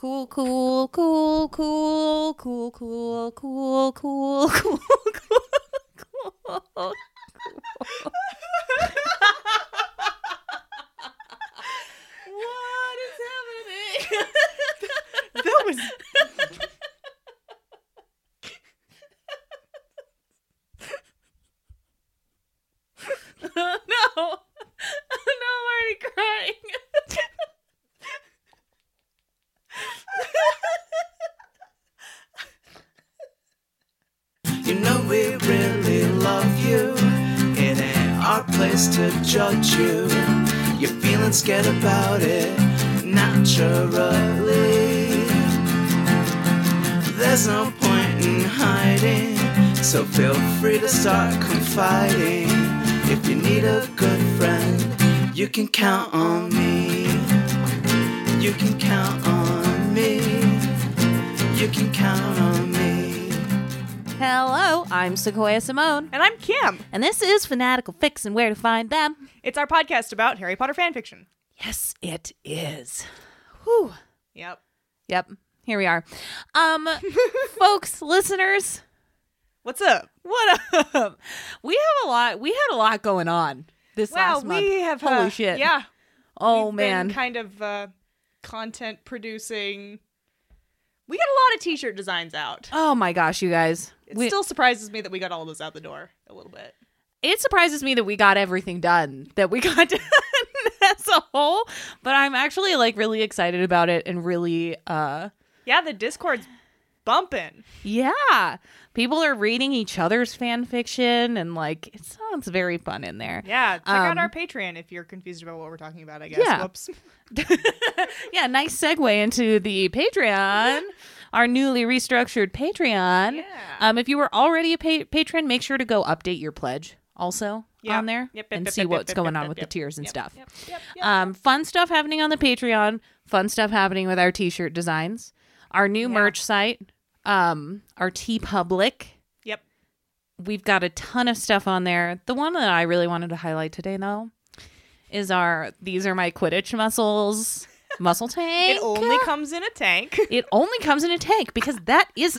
Cool, cool, cool, cool, cool, cool, cool, cool, cool, cool, cool. What is happening? That was no, no, I'm already crying. You know we really love you. It ain't our place to judge you. You're feeling scared about it naturally. There's no point in hiding, so feel free to start confiding. If you need a good friend, you can count on me. You can count on me. You can count on me. Hello, I'm Sequoia Simone, and I'm Cam. and this is Fanatical Fix and Where to Find Them. It's our podcast about Harry Potter fan fiction. Yes, it is. Whew. Yep. Yep, here we are. Um, folks, listeners, What's up? what up? We have a lot. We had a lot going on this last month. we have holy uh, shit. Yeah. Oh we've been man. kind of uh, content producing. We got a lot of T-shirt designs out. Oh my gosh, you guys. It We- still surprises me that we got all of those out the door a little bit. it surprises me that we got everything done that we got done as a whole but i'm actually like really excited about it and really uh Yeah, the Discord's bumping. yeah people are reading each other's fan fiction and like it sounds very fun in there Yeah, check out Um, our Patreon if you're confused about what we're talking about. I guess. Yeah. Whoops. yeah nice segue into the patreon our newly restructured patreon Yeah. um if you were already a pa- patron make sure to go update your pledge also Yeah. on there Yep, yep, and yep, see yep, what's yep, going yep, on yep, with yep, the tiers and yep, stuff Yep. Yep. yep. Um, fun stuff happening on the Patreon. Fun stuff happening with our T-shirt designs, our new merch site, um, our T Public. yep. We've got a ton of stuff on there. The one that I really wanted to highlight today, though, is our "These are my Quidditch muscles" muscle tank. It only comes in a tank. It only comes in a tank because that is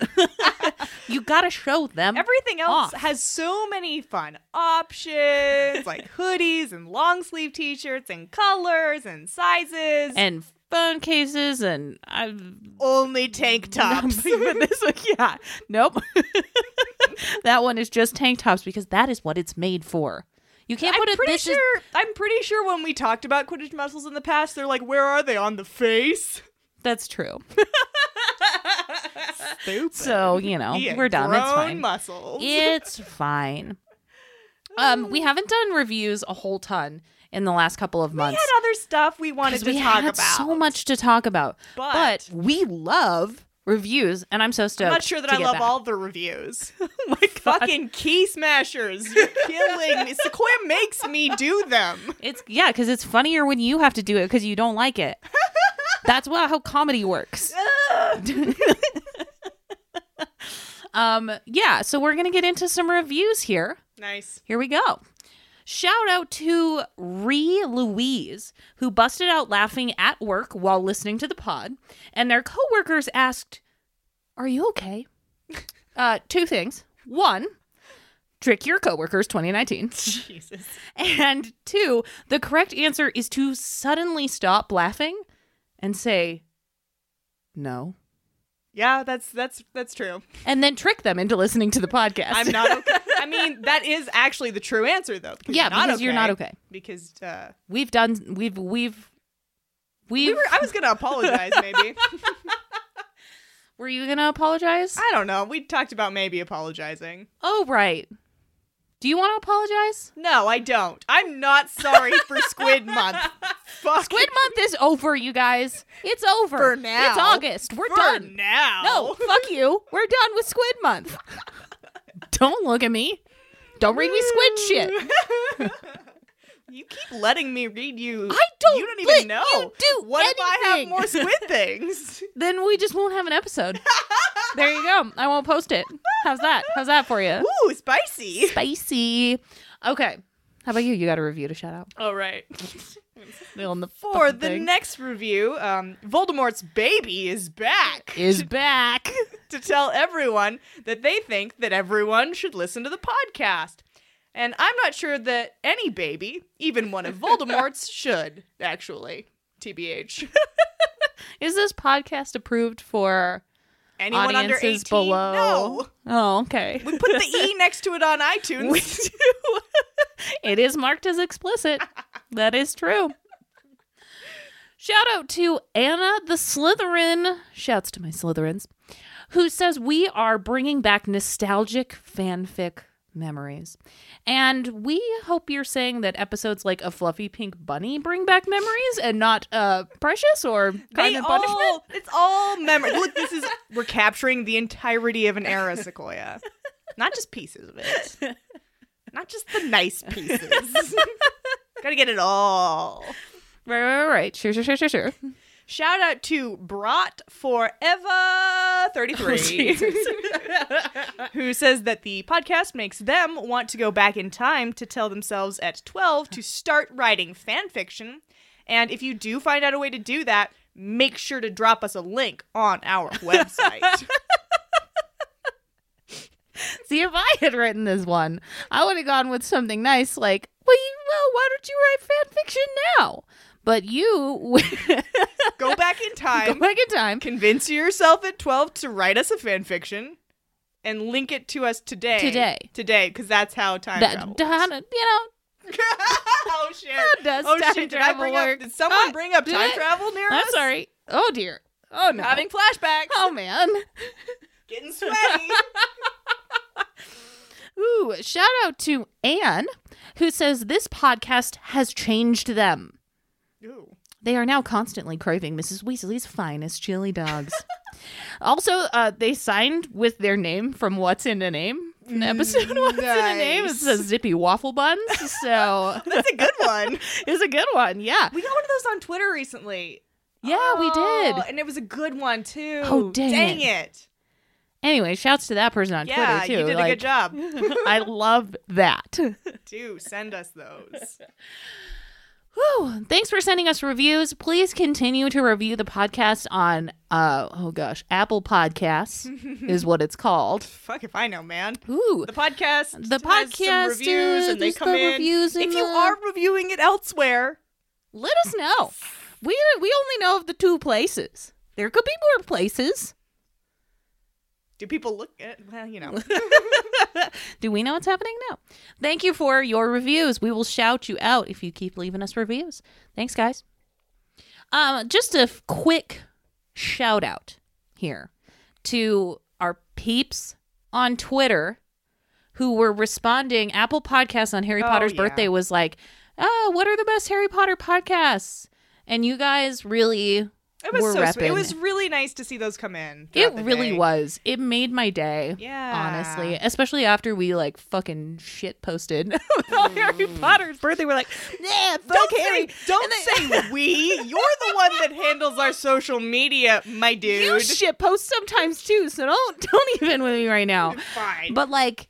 you got to show them Everything else off. has so many fun options like hoodies and long sleeve t shirts and colors and sizes. and phone cases and uh, I've only tank tops. but this one, yeah. Nope. that one is just tank tops because that is what it's made for. You can't I'm put it pretty this is- sure I'm pretty sure when we talked about Quidditch muscles in the past, they're like, where are they? On the face? that's true. Stupid. So, you know, Yeah, Oh, we're done. It's grown fine. Muscles. It's fine. Um, we haven't done reviews a whole ton in the last couple of we months. had other stuff we wanted 'cause to we talk had about. so much to talk about. But- we love reviews and I'm so stoked. I'm not sure that to I get love back. Oh all the reviews. my fucking key smashers. You're killing me. Sequoia makes me do them. It's yeah, because it's funnier when you have to do it because you don't like it. That's wha- how comedy works. um, yeah, so we're gonna get into some reviews here. Nice. Here we go. Shout out to Ree Louise, who busted out laughing at work while listening to the pod, and their coworkers asked, "Are you okay?" Uh, two things. One, trick your coworkers, 2019. Jesus. And two, the correct answer is to suddenly stop laughing and say, no. Yeah, that's that's that's true. And then trick them into listening to the podcast. I'm not okay. I mean, that is actually the true answer though. yeah, because you're not okay. Because uh We've done, we've, we've, we've, we were I was gonna apologize maybe. were you going to apologize? I don't know. We talked about maybe apologizing. oh, right. Do you want to apologize? No, I don't. I'm not sorry for Squid Month. Fuck Squid month is over, you guys. It's over. For now. It's August. We're for done. now. No, fuck you. We're done with squid month. don't look at me. Don't bring me squid shit. You keep letting me read you. I don't You don't let even know. you do what if I have anything. more squid things? then we just won't have an episode. there you go. I won't post it. How's that? How's that for you? Ooh, spicy. Spicy. Okay. How about you? You got a review to shout out. All right. on the For fucking the thing. next review, um, Voldemort's baby is back is back. to tell everyone that they think that everyone should listen to the podcast. And I'm not sure that any baby, even one of Voldemort's, should, actually. TBH. Is this podcast approved for Anyone under 18? audiences below? No. Oh, okay. We put the E next to it on iTunes. We do. it is marked as explicit. That is true. Shout out to Anna the Slytherin. Shouts to my Slytherins, who says we are bringing back nostalgic fanfic memories. And we hope you're saying that episodes like A Fluffy Pink Bunny bring back memories and not uh, Precious or Crime They and Punishment. all, it's all memory. Look, this is we're capturing the entirety of an era, Sequoia, not just pieces of it, not just the nice pieces. Gotta get it all. Right, right, right, right. Sure, sure, sure, sure, sure. Shout out to Brought Forever 33, who says that the podcast makes them want to go back in time to tell themselves at 12 to start writing fan fiction. And if you do find out a way to do that, make sure to drop us a link on our website. See, if I had written this one, I would have gone with something nice like, well, you, well why don't you write fan fiction now? But you go back in go time, back in time convince yourself at 12 to write us a fan fiction. And link it to us today. Today. Today, because that's how time That, travel. works. Donna, you know, oh shit! does oh time shit! Did I travel bring work? up? Did someone Ah, bring up did time I? travel near us? I'm sorry. Oh dear. Oh no. Having flashbacks. oh man. Getting sweaty. Ooh, shout out to Anne, who says this podcast has changed them. Ooh. They are now constantly craving Mrs. Weasley's finest chili dogs. also, uh, they signed with their name from What's in a Name. An episode What's in a Name. It nice. says Zippy Waffle Buns. So That's a good one. it's a good one. Yeah. We got one of those on Twitter recently. Yeah, we Oh, did. and it was a good one too. Oh, dang Dang it. it! Anyway, shouts to that person on Yeah, Twitter, too. you did a Like, good job. I love that. Do send us those. Whew. Thanks for sending us reviews. Please continue to review the podcast on, uh, oh gosh, Apple Podcasts is what it's called. Fuck if I know, man. Ooh, The podcast. The has some podcast, reviews, uh, and they there's come the in. reviews if and you the- are reviewing it elsewhere, let us know. We we only know of the two places. There could be more places. do people look at? Well, you know. Do we know what's happening? No. Thank you for your reviews. We will shout you out if you keep leaving us reviews. Thanks, guys. Um, just a f- quick shout out here to our peeps on Twitter who were responding. Apple Podcasts on Harry Oh, Potter's yeah. birthday was like, "Oh, what are the best Harry Potter podcasts?" And you guys really It was were so sweet. It repping. was really nice to see those come in. It throughout the really day. was. It made my day. Yeah. Honestly. Especially after we like fucking shit posted about Harry Potter's birthday. We're like, yeah, fuck Mm. Don't Harry. say, don't say we. You're the one that handles our social media, my dude. You shit post sometimes too, so don't don't even with me right now. Fine. But like,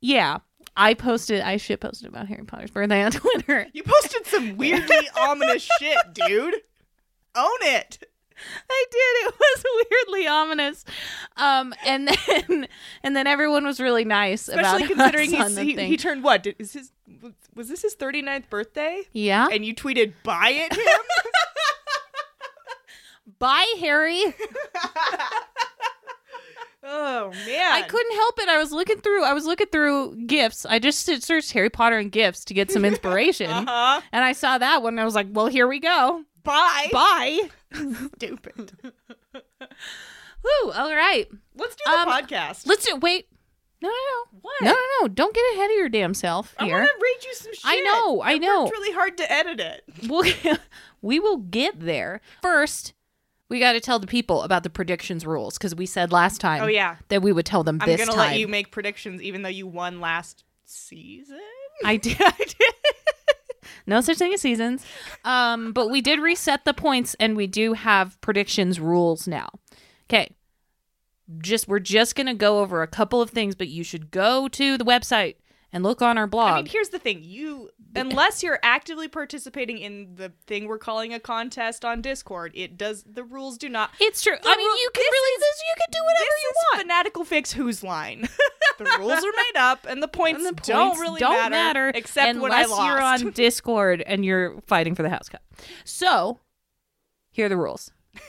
yeah. I posted I shit posted about Harry Potter's birthday on Twitter. you posted some weirdly ominous shit, dude. Own it. I did. It was weirdly ominous. Um and then and then everyone was really nice Especially about considering us on he's, the he, thing. he turned what? Did, is his was this his 39th birthday? yeah. And you tweeted buy it him? Bye Harry. oh man. I couldn't help it. I was looking through. I was looking through gifts. I just did- searched Harry Potter and gifts to get some inspiration, Uh-huh. and I saw that one. and I was like, "Well, here we go. Buy. Bye." Stupid. Woo. All right. Let's do the Um, podcast. Let's do. Wait. No, no, no. What? No, no, no. Don't get ahead of your damn self I here. want to read you some shit. I know, I know. It's really hard to edit it. We'll, we will get there. First, we got to tell the people about the predictions rules because we said last time. Oh, yeah. That we would tell them I'm Mm. this gonna time. let you make predictions, even though you won last season. I did. I did. no such thing as seasons. Um, but we did reset the points, and we do have predictions rules now. Okay. Just we're just gonna go over a couple of things, but you should go to the website and and look on our blog. I mean, here's the thing: you, unless you're actively participating in the thing we're calling a contest on Discord, it does. The rules do not. it's true. The I mean, ru- you can this really this, you can do whatever this you is want. fanatical fix who's line. the rules are made up, and the points, And the points don't really matter, except unless when I lost. you're on Discord and you're fighting for the house cup. So, here are the rules.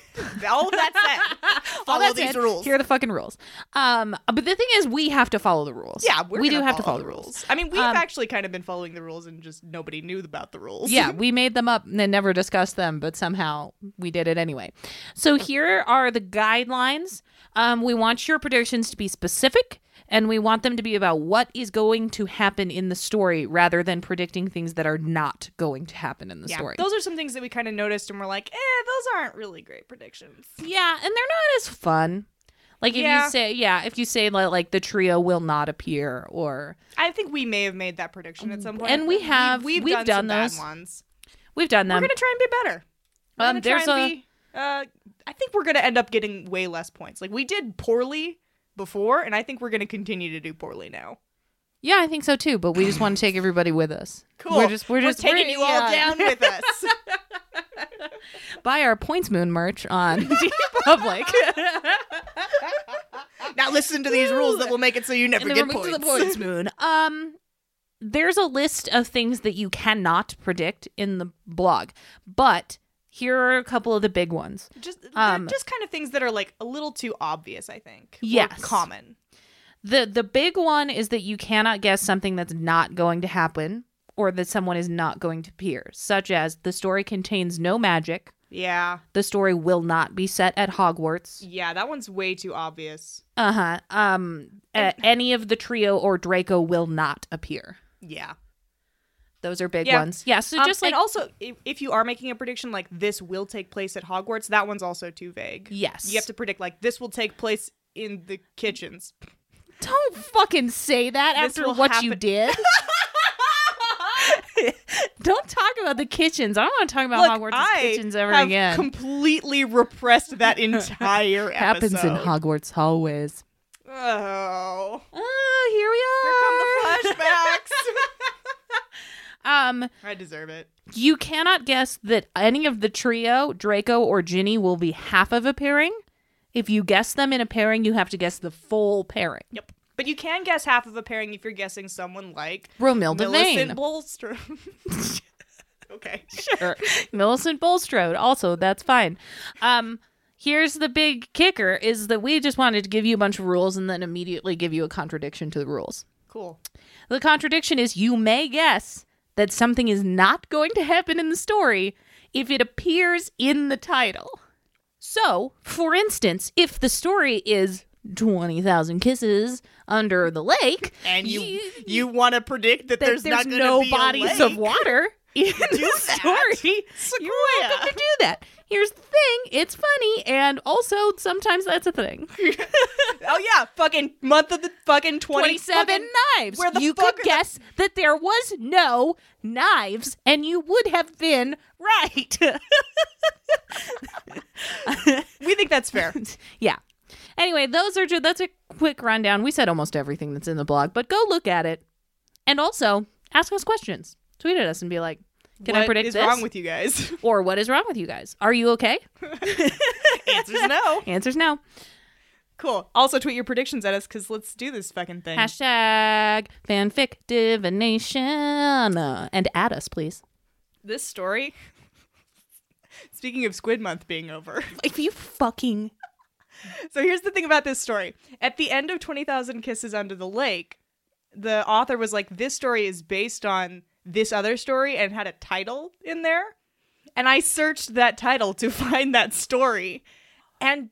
All that said, follow that's these it. rules. Here are the fucking rules. Um, but the thing is, we have to follow the rules. yeah, we're we do gonna have to follow the rules. I mean, we've Um, actually kind of been following the rules, and just nobody knew about the rules. yeah, we made them up and then never discussed them, but somehow we did it anyway. So here are the guidelines. Um, we want your predictions to be specific and we want them to be about what is going to happen in the story rather than predicting things that are not going to happen in the Yeah, story. those are some things that we kind of noticed, and we're like, eh, those aren't really great predictions. yeah, and they're not as fun. Like if Yeah. you say, yeah, if you say li- like the trio will not appear or I think we may have made that prediction at some point, Mm, And we but have- We've, we've done, done some those. bad ones. we've done them. we're gonna try and be better. We're Um, gonna try there's and a- be, uh, I think we're gonna end up getting way less points. Like we did poorly before, and I think we're gonna continue to do poorly now. yeah, I think so too, but we just want to take everybody with us. Cool. We're just we're just taking you all yeah. down with us. buy our points moon merch on public now listen to these rules that will make it so you never And then get we're moving points. to the points moon um there's a list of things that you cannot predict in the blog but here are a couple of the big ones Just, they're Um, just kind of things that are like a little too obvious. I think. or Yes. common. the the big one is that you cannot guess something that's not going to happen or that someone is not going to appear such as the story contains no magic Yeah. the story will not be set at hogwarts Yeah, that one's way too obvious. uh-huh um uh, any of the trio or draco will not appear Yeah. those are big Yeah. ones yeah so Um, just like and also if, if you are making a prediction like this will take place at Hogwarts, that one's also too vague. Yes. You have to predict like this will take place in the kitchens. Don't fucking say that This after will what you happen- did. Don't talk about the kitchens. I don't want to talk about Look, Hogwarts' I kitchens ever have again. completely repressed that entire Happens in episode. Hogwarts hallways. Uh, Oh. Oh, Here come the flashbacks. Um, I deserve it. you cannot guess that any of the trio, Draco or Ginny, will be half of a pairing. If you guess them in a pairing, you have to guess the full pairing. Yep. But you can guess half of a pairing if you're guessing someone like Romilda Millicent Vane, Bolstrom. okay. or Millicent Bulstrode. Also, that's fine. Um, here's the big kicker: is that we just wanted to give you a bunch of rules and then immediately give you a contradiction to the rules. Cool. The contradiction is you may guess that something is not going to happen in the story if it appears in the title. So, for instance, if the story is 20,000 kisses under the lake and you you, want to predict that, that there's, there's, not gonna no be a bodies lake. of water in the that. story, you're welcome to do that. Here's the thing: it's funny, and also sometimes that's a thing. Oh yeah, fucking month of the fucking twenty Twenty-seven fucking- knives. where the you fuck could are the- guess that there was no knives, and you would have been right. We think that's fair. yeah. Anyway, those are just that's a quick rundown. We said almost everything that's in the blog, but go look at it, and also ask us questions. Tweet at us and be like, "Can I What predict is this?" wrong with you guys? or what is wrong with you guys? Are you okay? Answers no. Answer's no. Cool. Also, tweet your predictions at us because let's do this fucking thing. Hashtag fanfic divination. Uh, And add us, please. this story. Speaking of Squid Month being over. If you fucking. So here's the thing about this story. At the end of 20,000 Kisses Under the Lake, the author was like, this story is based on this other story and had a title in there. And I searched that title to find that story and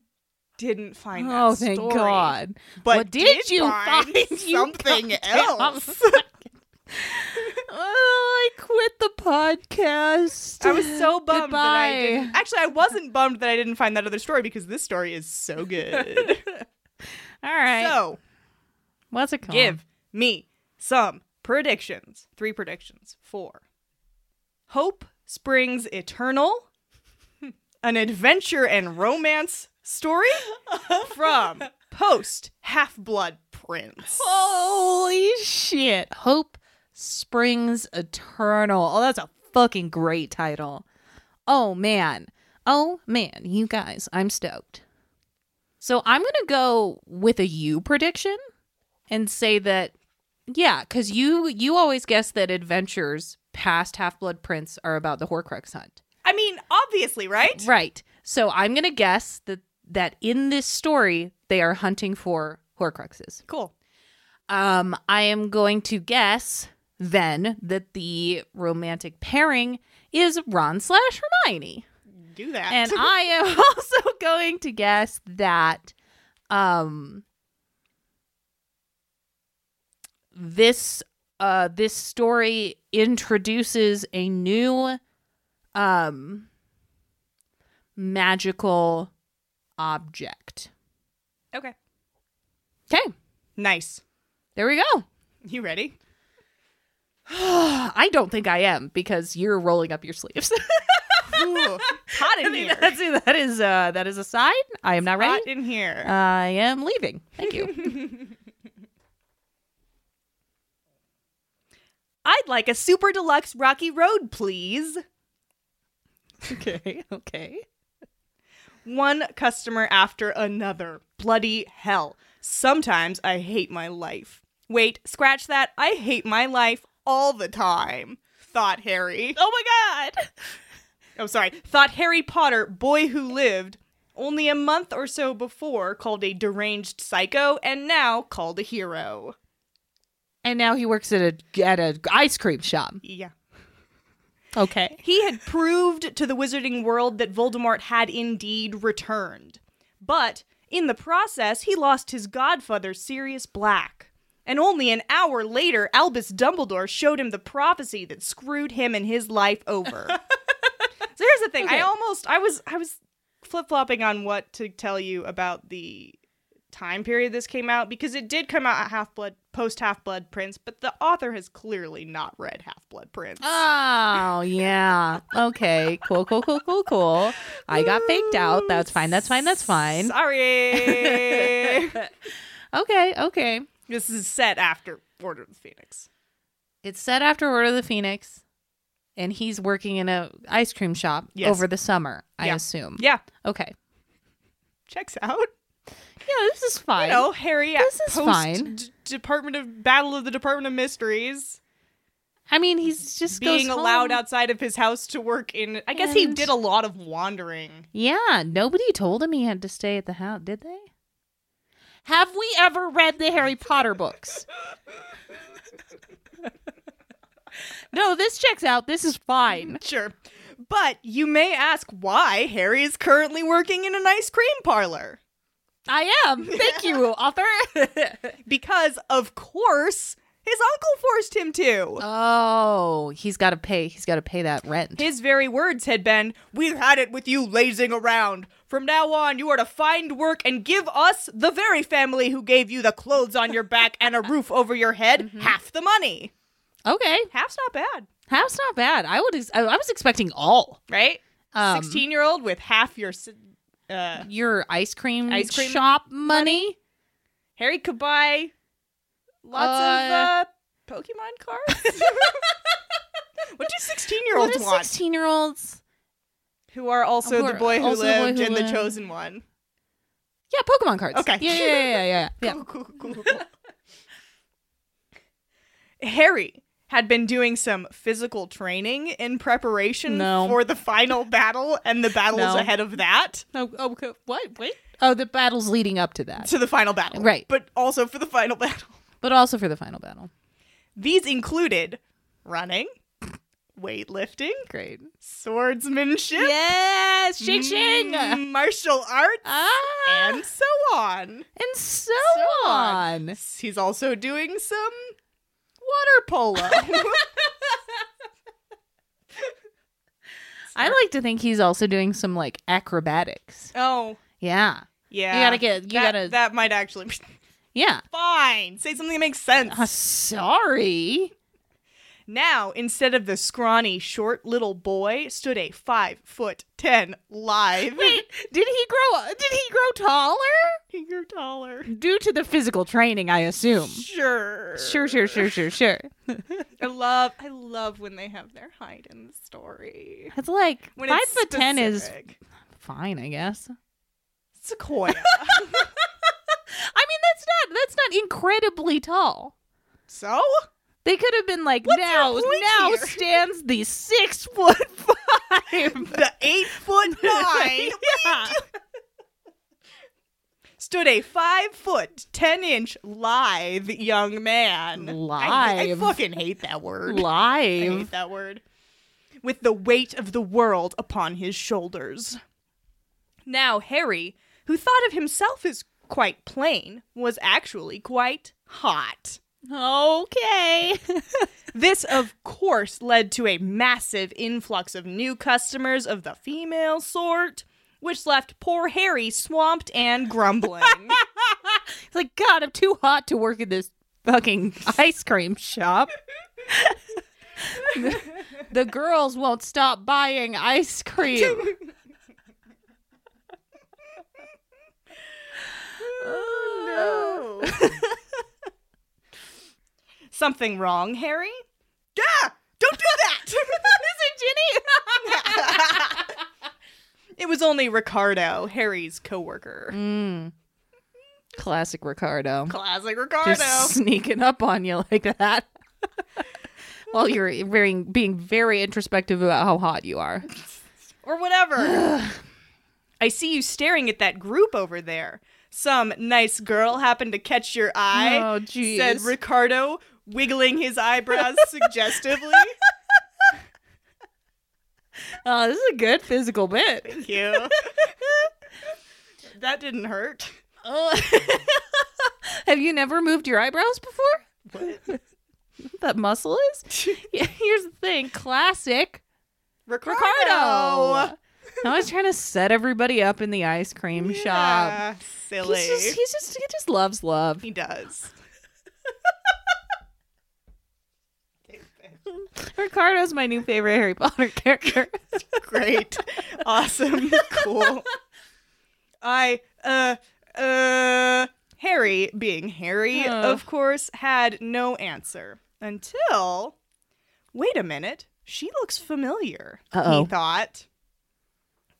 didn't find that Oh, thank story. God. But What did, did you find, find? You something else. Oh, I quit the podcast. I was so bummed that I Goodbye. didn't. Actually, I wasn't bummed that I didn't find that other story because this story is so good. All right. so, What's it called? Give me some predictions. Three predictions. Four. Hope springs eternal. An adventure and romance story from post Half Blood Prince. Holy shit. Hope Springs Eternal. Oh, that's a fucking great title. Oh, man. Oh, man. You guys, I'm stoked. So I'm going to go with a you prediction and say that, yeah, because you, you always guess that adventures past Half Blood Prince are about the Horcrux hunt. I mean, obviously, right? Right. So I'm going to guess that, that in this story, they are hunting for Horcruxes. Cool. Um, I am going to guess then that the romantic pairing is Ron slash Hermione. Do that. And I am also going to guess that um this uh this story introduces a new um magical object. okay. Okay, Nice. there we go. You ready? I don't think I am because you're rolling up your sleeves. Ooh, hot in here. That's it. That is uh, that is a sign. I am not Hot ready. in here. I am leaving. Thank you. I'd like a super deluxe rocky road, please. okay. Okay. One customer after another. Bloody hell. Sometimes I hate my life. Wait, scratch that. I hate my life all the time. Thought Harry. Oh my god. Oh, sorry. Thought Harry Potter, boy who lived, only a month or so before called a deranged psycho and now called a hero. And now he works at a at a ice cream shop. Yeah. Okay. He had proved to the wizarding world that Voldemort had indeed returned. But in the process, he lost his godfather, Sirius Black. And only an hour later, Albus Dumbledore showed him the prophecy that screwed him and his life over. so here's the thing. I almost I was I was flip-flopping on what to tell you about the time period this came out because it did come out at Half-Blood post Half-Blood Prince, but the author has clearly not read Half-Blood Prince. Oh yeah. Okay. Cool. Cool. Cool. Cool. Cool. I got faked out. That's fine. That's fine. That's fine. Sorry. Okay. Okay. this is set after Order of the Phoenix. It's set after Order of the Phoenix, and he's working in a ice cream shop Yes. over the summer. I Yeah. assume. Yeah, Okay. checks out. Yeah. This is fine. You know, Harry. This is post fine. D- Department of Battle of the Department of Mysteries, I mean, he's just being goes allowed home. outside of his house to work in. I guess he And- did a lot of wandering. Yeah, nobody told him he had to stay at the house, did they? Have we ever read the Harry Potter books? no, this checks out. This is fine. Sure, but you may ask why Harry is currently working in an ice cream parlor. I am. Thank you, author. Because of course his uncle forced him to. oh, he's got to pay. He's got to pay that rent. His very words had been, We've had it with you lazing around. From now on, you are to find work and give us, the very family who gave you the clothes on your back and a roof over your head, half the money. Okay, Mm-hmm. Half's not bad, house not bad. I would. Ex- I I was expecting all. right? Um, 16 year old with half your. s- Uh, Your ice cream, Ice cream shop money. Harry could buy lots of uh, Pokemon cards. what do 16 year What olds do want? sixteen-year-olds? Who are also, Who the, are boy who also the boy lived who and the lived. chosen one. Yeah, Pokemon cards. Okay. Yeah, yeah, yeah, yeah, yeah. yeah. Cool, cool, cool, cool, cool. Harry had been doing some physical training in preparation No. for the final battle and the battles No. ahead of that Oh, oh, okay. what? Wait. Oh, the battles leading up to that, to the final battle. Right. But also for the final battle. but also for the final battle. These included running, weightlifting, Great. swordsmanship, Yes, Shake Shin. m- martial arts, Mm. Ah, and, and so on. so, so on. He's also doing some water polo. I like to think he's also doing some like acrobatics. oh. Yeah. Yeah. You gotta get. You that, gotta. that might actually be yeah. fine. Say something that makes sense. Uh, sorry. now, instead of the scrawny, short little boy, stood a five foot ten live. Wait, did uh, he grow? Did he grow taller? He grew taller. Due to the physical training, I assume. Sure. Sure, sure, sure, sure, sure. I love I love when they have their hide in the story. It's like When five it's foot ten is specific. fine, I guess. Sequoia. I mean, that's not that's not incredibly tall. so? They could have been like What's now your point now here?" stands the six foot five. The eight foot nine yeah. stood a five foot ten inch live young man. I, I Live. fucking hate that word. I Live. hate that word. With the weight of the world upon his shoulders. Now, Harry, who thought of himself as quite plain, was actually quite hot. Okay. This, of course, led to a massive influx of new customers of the female sort, which left poor Harry swamped and grumbling. It's like God, I'm too hot to work at this fucking ice cream shop. the girls won't stop buying ice cream. Oh. Something wrong, Harry? Gah! Don't do that! Is it Ginny? it was only Ricardo, Harry's coworker. Mm. Classic Ricardo. Classic Ricardo. Just sneaking up on you like that. While you're being, being very introspective about how hot you are. or whatever. I see you staring at that group over there. Some nice girl happened to catch your eye, Oh, jeez. said Ricardo, wiggling his eyebrows suggestively. Oh, this is a good physical bit. Thank you. that didn't hurt. Oh. Have you never moved your eyebrows before? that muscle is? Yeah, Here's the thing classic Ricardo. Ricardo. I was trying to set everybody up in the ice cream shop. Yeah, silly. He's just, he's just, he just loves love. he does. Ricardo's my new favorite Harry Potter character. Great. awesome. Cool. I, uh, uh, Harry, being Harry, Oh. of course, had no answer until, wait a minute, she looks familiar, Uh-oh. he thought.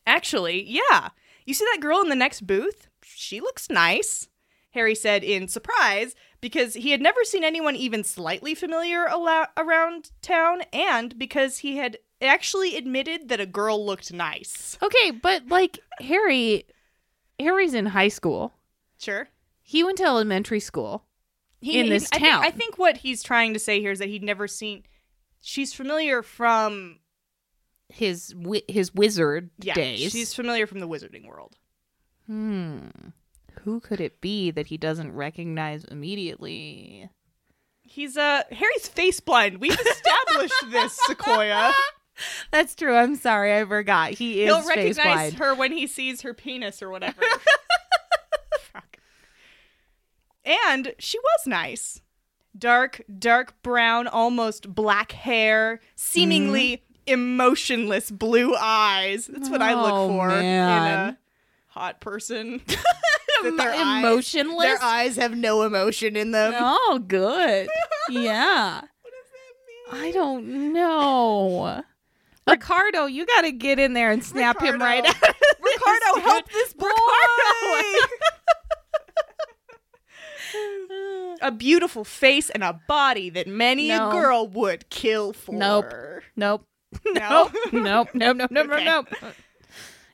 Actually, yeah. You see that girl in the next booth? She looks nice, Harry said in surprise because he had never seen anyone even slightly familiar ala- around town and because he had actually admitted that a girl looked nice. okay, but like Harry, Harry's in high school. Sure. He went to elementary school. He, In this I think- town. I think what he's trying to say here is that he'd never seen. She's familiar from. His wi- his wizard Yeah. days. She's familiar from the wizarding world. Hmm. Who could it be that he doesn't recognize immediately? He's, uh. Harry's face blind. We've established this, Sequoia. That's true. I'm sorry, I forgot. He is He'll face blind. recognize her when he sees her penis or whatever. Fuck. And she was nice. Dark, dark brown, almost black hair, seemingly emotionless blue eyes. That's what I Mm-hmm. Oh, look for in man. a hot person. Emo- That their eyes- emotionless. Their eyes have no emotion in them. Oh, good. yeah. What does that mean? I don't know. Ricardo, you got to get in there and snap him right Ricardo. out. Ricardo, help this boy! Ricardo! a beautiful face and a body that many No. a girl would kill for. Nope. nope. No. Nope. Nope. Nope. Nope. Okay. Nope. Nope.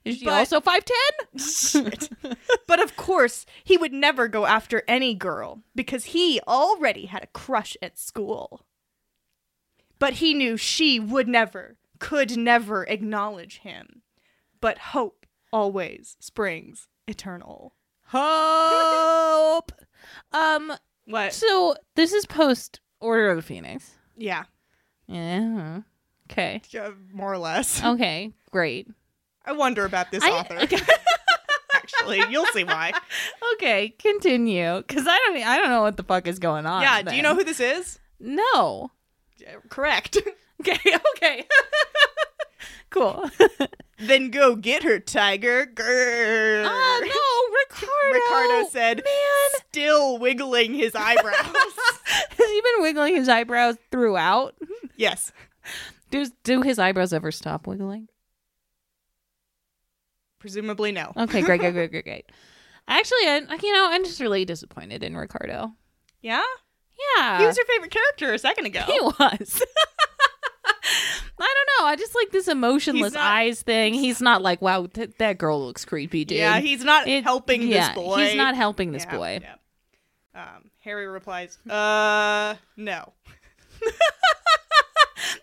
Is she But- also 5'10? Shit. but of course, he would never go after any girl because he already had a crush at school. But he knew she would never, could never acknowledge him. But hope always springs eternal. Hope. um, What? so this is post Order of the Phoenix. Yeah, Yeah. Okay. yeah, more or less. Okay. Great. I wonder about this I- author. Actually, you'll see why. Okay, continue. Cause I don't e, I don't know what the fuck is going on. Yeah, do you then. know who this is? No. Yeah, Correct. Okay, okay. cool. then go get her, tiger. Grr. Ah, no, Ricardo. Ricardo Leo said, still wiggling his eyebrows. Has he been wiggling his eyebrows throughout? yes. Does do his eyebrows ever stop wiggling? Presumably no. Okay, great, great, great, great, great. Actually, I, I- you know, I'm just really disappointed in Ricardo. Yeah? Yeah, He was your favorite character a second ago. uh, He was. I don't know. I just like this emotionless He's not- eyes thing. He's not like, wow, th- that girl looks creepy, dude. yeah, he's not It- helping yeah, this boy. He's not helping this Yeah, boy. yeah. Um, Harry replies, uh, no.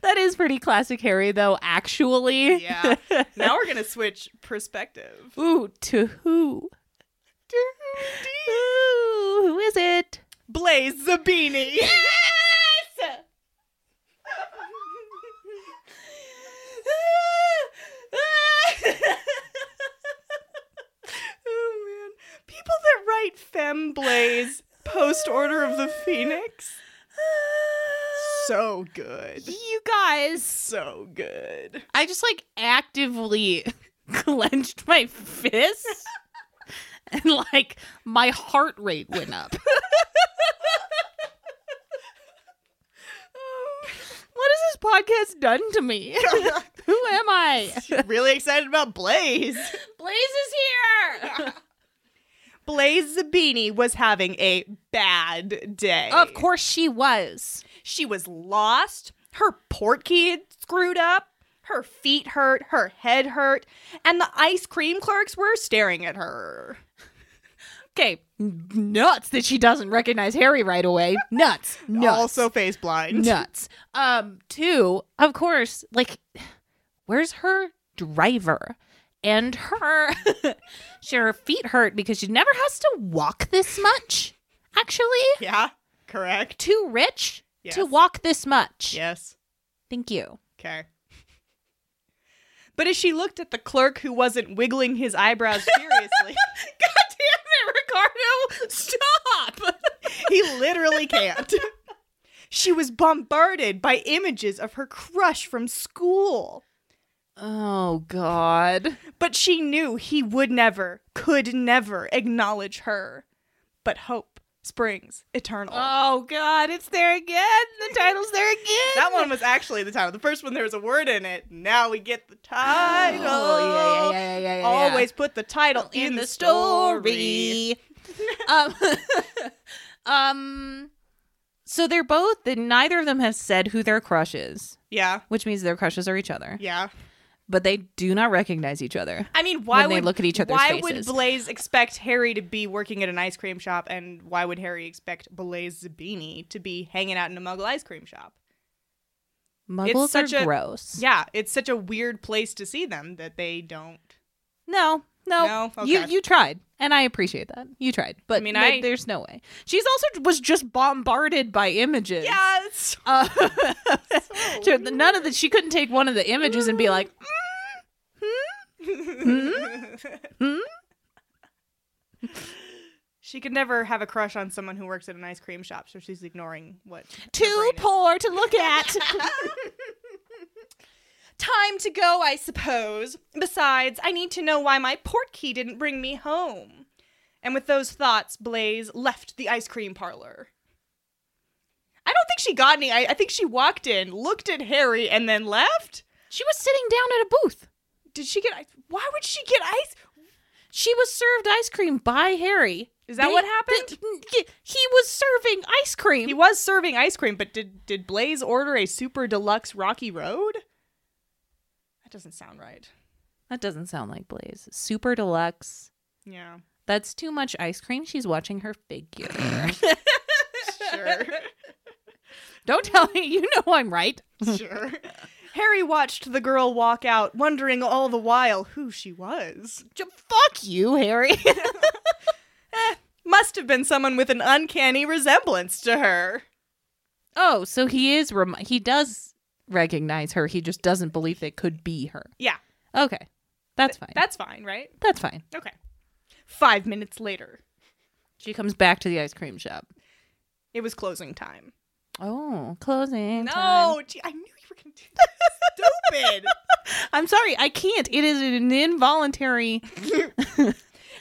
That is pretty classic Harry, though. Actually, Yeah. now we're going to switch perspective. Ooh, to who? Ooh, who is it? Blaze Zabini. Yes! oh, man. People that write Femme Blaze post Order of the Phoenix. So good. you guys, So good. I just like actively clenched my fist and like my heart rate went up. Oh. what has this podcast done to me? Who am I? really excited about Blaze. Blaze is here. Blaze Zabini was having a bad day. of course she was. She was lost. Her port key had screwed up. Her feet hurt. Her head hurt. And the ice cream clerks were staring at her. Okay, nuts that she doesn't recognize Harry right away. Nuts, nuts. Also face blind. nuts. Um, two, of course, like, where's her driver? And her, she, her feet hurt because she never has to walk this much. Actually, Yeah, correct. too rich to Yes. walk this much. Yes. Thank you. Okay. But as she looked at the clerk who wasn't wiggling his eyebrows furiously, God damn it, Ricardo! Stop. he literally can't. She was bombarded by images of her crush from school. Oh God. But she knew he would never, could never acknowledge her. But hope springs eternal. Oh God, it's there again. The title's there again. that one was actually the title. The first one, there was a word in it. Now we get the title. Oh, yeah, yeah, yeah, yeah, yeah, yeah. Always put the title in, the, story. um, um, so they're both. Neither of them has said who their crush is, Yeah, which means their crushes are each other, yeah. but they do not recognize each other. I mean, why When they would look at each other's Why would faces. Blaze expect Harry to be working at an ice cream shop, and why would Harry expect Blaze Zabini to be hanging out in a Muggle ice cream shop? Muggles such are a- gross. Yeah, it's such a weird place to see them that they don't. No, no, No? Okay. you you tried, and I appreciate that you tried. But mean, no, I- there's no way. She's also was just bombarded by images. Yeah, it's Uh, so none of that. She couldn't take one of the images and be Mm, like, Hmm? She could never have a crush on someone who works at an ice cream shop, so she's ignoring what. her too brain is. poor to look at. Time to go, I suppose. Besides, I need to know why my port key didn't bring me home. And with those thoughts, Blaze left the ice cream parlor. I don't think she got any. I, I think she walked in, looked at Harry, and then left. she was sitting down at a booth. Did she get ice? Why would she get ice? She was served ice cream by Harry. Is that what happened? th- he was serving ice cream. He was serving ice cream, but did did Blaze order a super deluxe Rocky Road? That doesn't sound right. that doesn't sound like Blaze. Super deluxe. Yeah, That's too much ice cream. She's watching her figure. sure, Don't tell me. You know I'm right. sure. Harry watched the girl walk out, wondering all the while who she was. J- Fuck you, Harry. Must have been someone with an uncanny resemblance to her. oh, so he is. Rem- he does recognize her. He just doesn't believe that could be her. Yeah, Okay, that's fine. that's fine, right? that's fine. Okay. Five minutes later, She comes back to the ice cream shop. it was closing time. Oh, closing. time. No, gee, I knew you were gonna do this. Stupid. I'm sorry, I can't. It is an involuntary.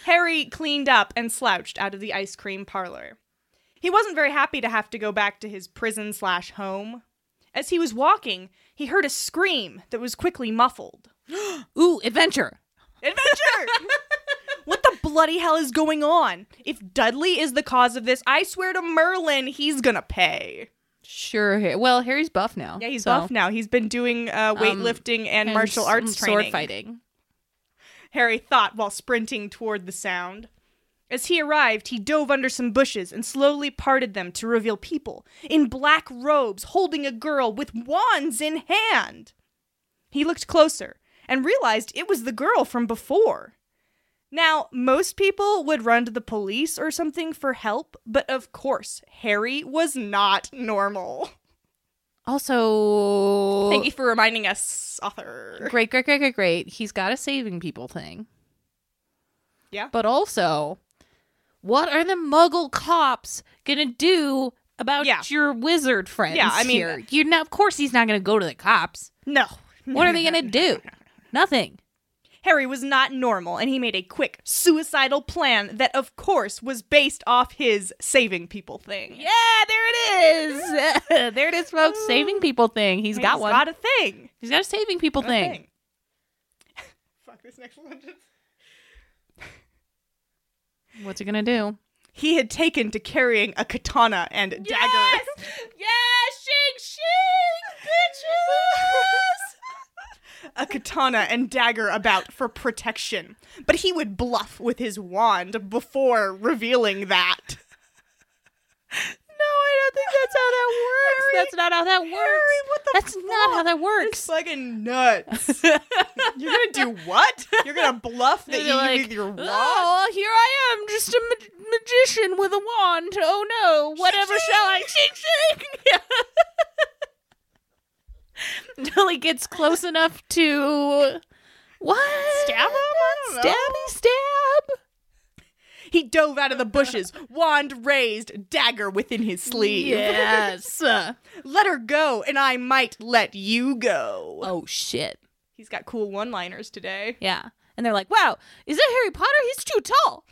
Harry cleaned up and slouched out of the ice cream parlor. He wasn't very happy to have to go back to his prison slash home. As he was walking, he heard a scream that was quickly muffled. Ooh, adventure. Adventure! what the bloody hell is going on? If Dudley is the cause of this, I swear to Merlin, he's gonna pay. Sure. Harry- Well, Harry's buff now. Yeah, he's so- Um, buff now. He's been doing uh, weightlifting and, and martial s- arts sword training. fighting. Harry thought while sprinting toward the sound. As he arrived, he dove under some bushes and slowly parted them to reveal people in black robes holding a girl with wands in hand. He looked closer and realized it was the girl from before. Now, most people would run to the police or something for help, but of course, Harry was not normal. Also, Thank you for reminding us, author. great, great, great, great, great. He's got a saving people thing. Yeah. But also, what are the muggle cops going to do about Yeah. your wizard friends Yeah, I mean- here? You know, of course he's not going to go to the cops. No. What are they going to do? Nothing. Harry was not normal, and he made a quick, suicidal plan that, of course, was based off his saving people thing. Yeah, there it is. there it is, folks. Saving people thing. He's got He's one. Got a thing. he's got a saving people A thing. Fuck this next one. What's he going to do? He had taken to carrying a katana and dagger. Yes! shing, shing, a katana and dagger about for protection. But he would bluff with his wand before revealing that. No, I don't think that's how that works. That's not how that works. what the That's not how that It's works. fucking nuts. You're gonna do what? You're gonna bluff that They're you like, with your wand? Oh, here I am, just a ma- magician with a wand. Oh no, whatever shall I? Shing shing. Until he gets close enough to what? Stab him? I don't know. Stabby stab. He dove out of the bushes, wand raised, dagger within his sleeve. Yes. Let her go, and I might let you go. oh shit. He's got cool one-liners today. Yeah. And they're like, "Wow, is that Harry Potter? He's too tall."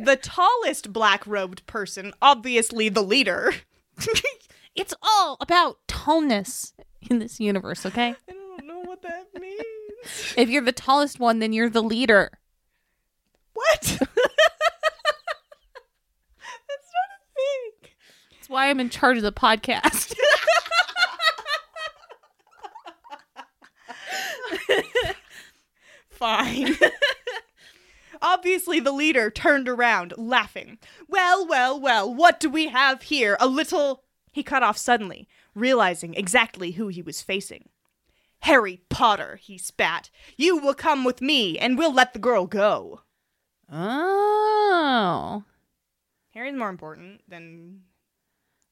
the tallest black-robed person, obviously the leader. It's all about tallness in this universe, okay? I don't know what that means. if you're the tallest one, then you're the leader. What? That's not a thing. That's why I'm in charge of the podcast. Fine. Obviously, the leader turned around, laughing. Well, well, well, what do we have here? A little. He cut off suddenly, realizing exactly who he was facing. Harry Potter, he spat. You will come with me, and we'll let the girl go. Oh. Harry's more important than.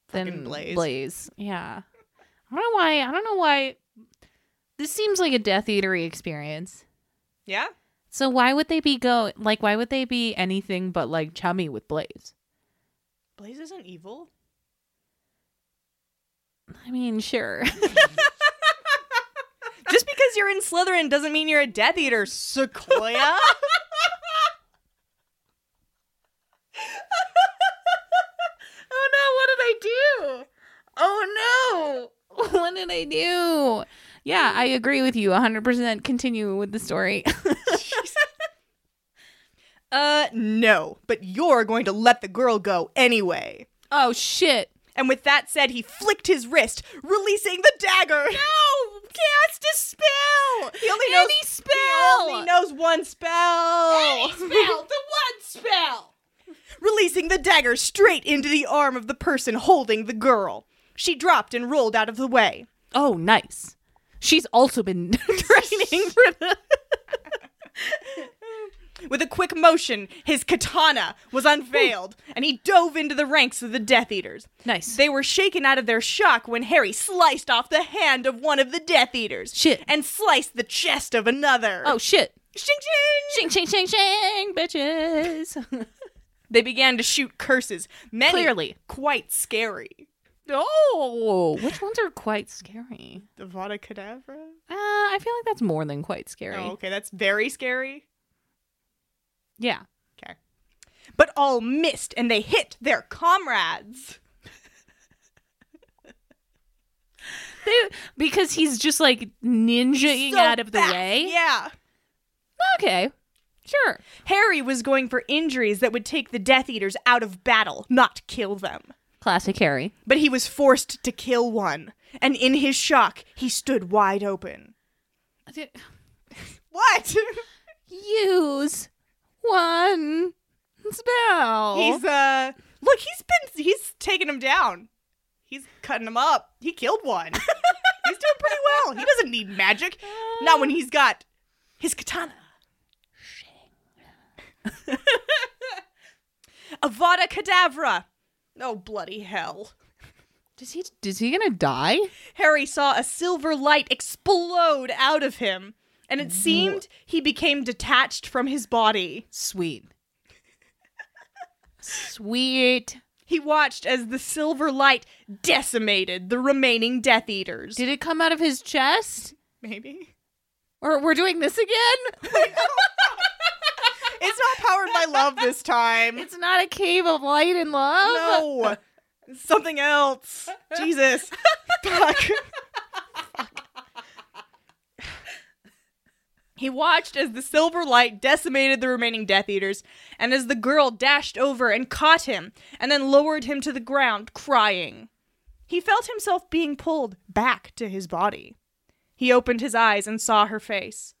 Fucking Then Blaze. Blaze. Yeah. I don't know why. I don't know why. This seems like a Death Eatery experience. Yeah? So why would they be go like why would they be anything but like chummy with Blaze? Blaze isn't evil. I mean, sure. Just because you're in Slytherin doesn't mean you're a Death Eater, Sequoia. oh no, what did I do? Oh no. What did I do? Yeah, I agree with you 100%. Continue with the story. Uh, no, but you're going to let the girl go anyway. oh shit. And with that said, he flicked his wrist, releasing the dagger. No! Cast a spell! He only knows Any spell! He only knows one spell! spell, the one spell. releasing the dagger straight into the arm of the person holding the girl. She dropped and rolled out of the way. Oh, nice. She's also been training for the. With a quick motion, his katana was unveiled, and he dove into the ranks of the Death Eaters. Nice. They were shaken out of their shock when Harry sliced off the hand of one of the Death Eaters. Shit. And sliced the chest of another. oh shit! shing shing! Shing shing shing shing, bitches. They began to shoot curses. Many Clearly. quite scary. oh, which ones are quite scary? The Vada Kedavra? Uh, I feel like that's more than quite scary. Oh, okay, that's very scary. Yeah. but all missed and they hit their comrades. Because he's just like ninjaing So out of the fast, way. Yeah. Okay. Sure. Harry was going for injuries that would take the Death Eaters out of battle, not kill them. Classic Harry. But he was forced to kill one, and in his shock, he stood wide open. What? Use one spell. he's uh look, he's been he's taking him down. He's cutting him up. He killed one. he's doing pretty well. He doesn't need magic. Not when he's got his katana. Avada Kedavra. Oh bloody hell. Does he is he gonna die? Harry saw a silver light explode out of him, and it seemed he became detached from his body. Sweet. Sweet. He watched as the silver light decimated the remaining Death Eaters. Did it come out of his chest? Maybe. Or we're doing this again? It's not powered by love this time. It's not a cave of light and love. No. Something else. Jesus. Fuck. Fuck. He watched as the silver light decimated the remaining Death Eaters, and as the girl dashed over and caught him, and then lowered him to the ground, crying. He felt himself being pulled back to his body. He opened his eyes and saw her face.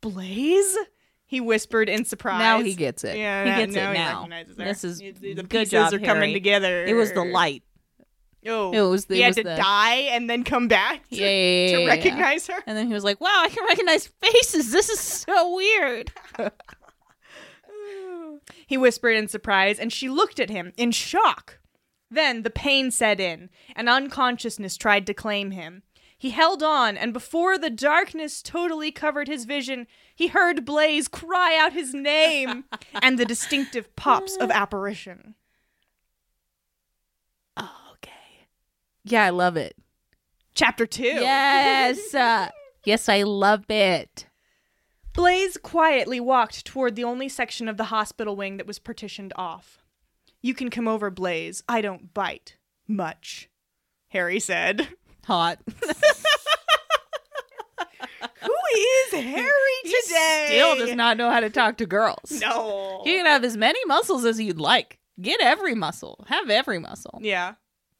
Blaze? He whispered in surprise. Now he gets it. Yeah, he now- gets now it he now. recognizes her. this is You- the good pieces job, are coming Harry. together. It was the light. Oh, It was the- he it had was to the- die and then come back to, Yeah, yeah, to yeah, yeah. recognize her. And then he was like, "Wow, I can recognize faces. This is so weird." He whispered in surprise, and she looked at him in shock. Then the pain set in, and unconsciousness tried to claim him. He held on, and before the darkness totally covered his vision, he heard Blaze cry out his name and the distinctive pops of apparition. okay. Yeah, I love it. Chapter 2. Yes. uh, yes, I love it. Blaze quietly walked toward the only section of the hospital wing that was partitioned off. You can come over, Blaze. I don't bite. Much. Harry said. Hot. Who is Harry today? Still does not know how to talk to girls. No. You can have as many muscles as you'd like. Get every muscle. Have every muscle. Yeah.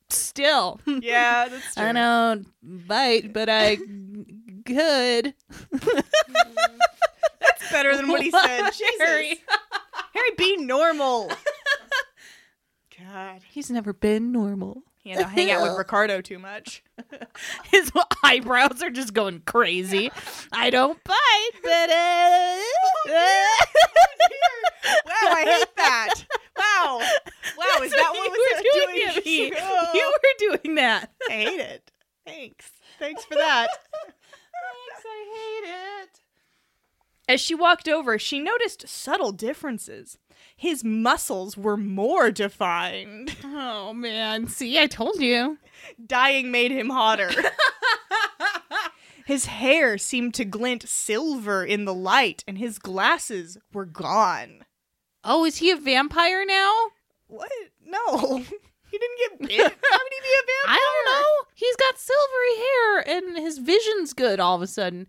Still. Yeah, that's true. I don't bite, but I could. It's better than what he said. Harry. Harry. Harry, be normal. God. He's never been normal. You know, hang out with Ricardo too much. His eyebrows are just going crazy. I don't bite, but uh, Wow, I hate that. Wow. Wow, is that what was you were doing? doing at me. Oh. you were doing that. I hate it. Thanks. Thanks for that. I hate it. As she walked over, she noticed subtle differences. His muscles were more defined. Oh man, see, I told you. Dying made him hotter. his hair seemed to glint silver in the light, and his glasses were gone. Oh, is he a vampire now? What? No. He didn't get bit. How would he be a vampire? I don't know. He's got silvery hair and his vision's good all of a sudden.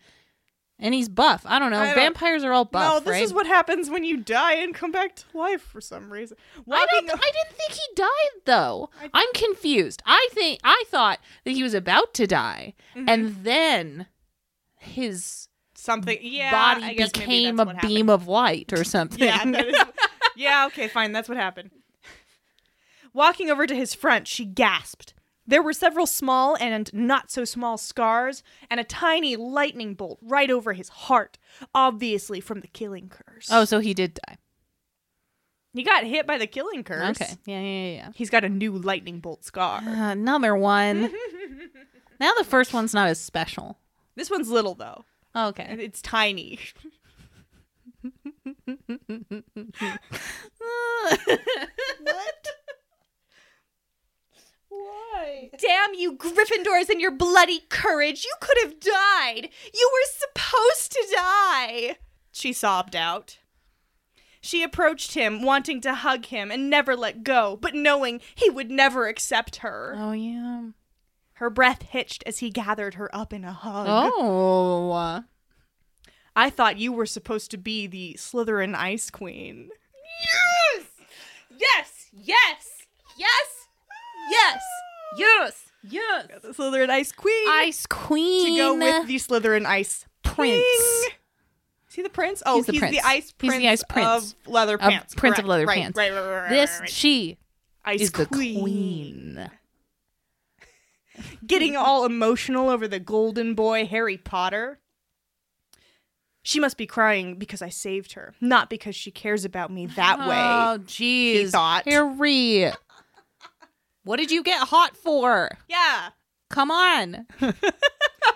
And he's buff. I don't know. I don't- Vampires are all buff. no, this right? is what happens when you die and come back to life for some reason. I Walking don't. I didn't think he died though. I'm confused. I think I thought that he was about to die, Mm-hmm. and then his something. Yeah, I body guess maybe became that's a what happened. beam of light or something. Yeah, that is, yeah, okay, fine. That's what happened. Walking over to his front, she gasped. There were several small and not so small scars, and a tiny lightning bolt right over his heart, obviously from the killing curse. oh, so he did die. he got hit by the killing curse. Okay. Yeah. Yeah. Yeah. He's got a new lightning bolt scar. yeah. Uh, Another one. now the first one's not as special. This one's little, though. Okay. and It's tiny. Oh, what? Why? Damn you, Gryffindors, and your bloody courage! You could have died! You were supposed to die! She sobbed out. She approached him, wanting to hug him and never let go, but knowing he would never accept her. Oh yeah. Her breath hitched as he gathered her up in a hug. Oh. I thought you were supposed to be the Slytherin Ice Queen. Yes, yes, yes, yes, yes, yes. The Slytherin Ice Queen Ice Queen. to go with the Slytherin Ice Prince. Queen. Is he the prince? Oh, he's the, prince. ice He's prince. the ice prince of leather of pants. prince of Correct. leather Right, pants. Right, right, right, right, This right. she ice is the queen. queen. getting all emotional over the golden boy Harry Potter. She must be crying because I saved her, not because she cares about me that way. Oh jeez. thought. Harry. what did you get hot for? Yeah. Come on.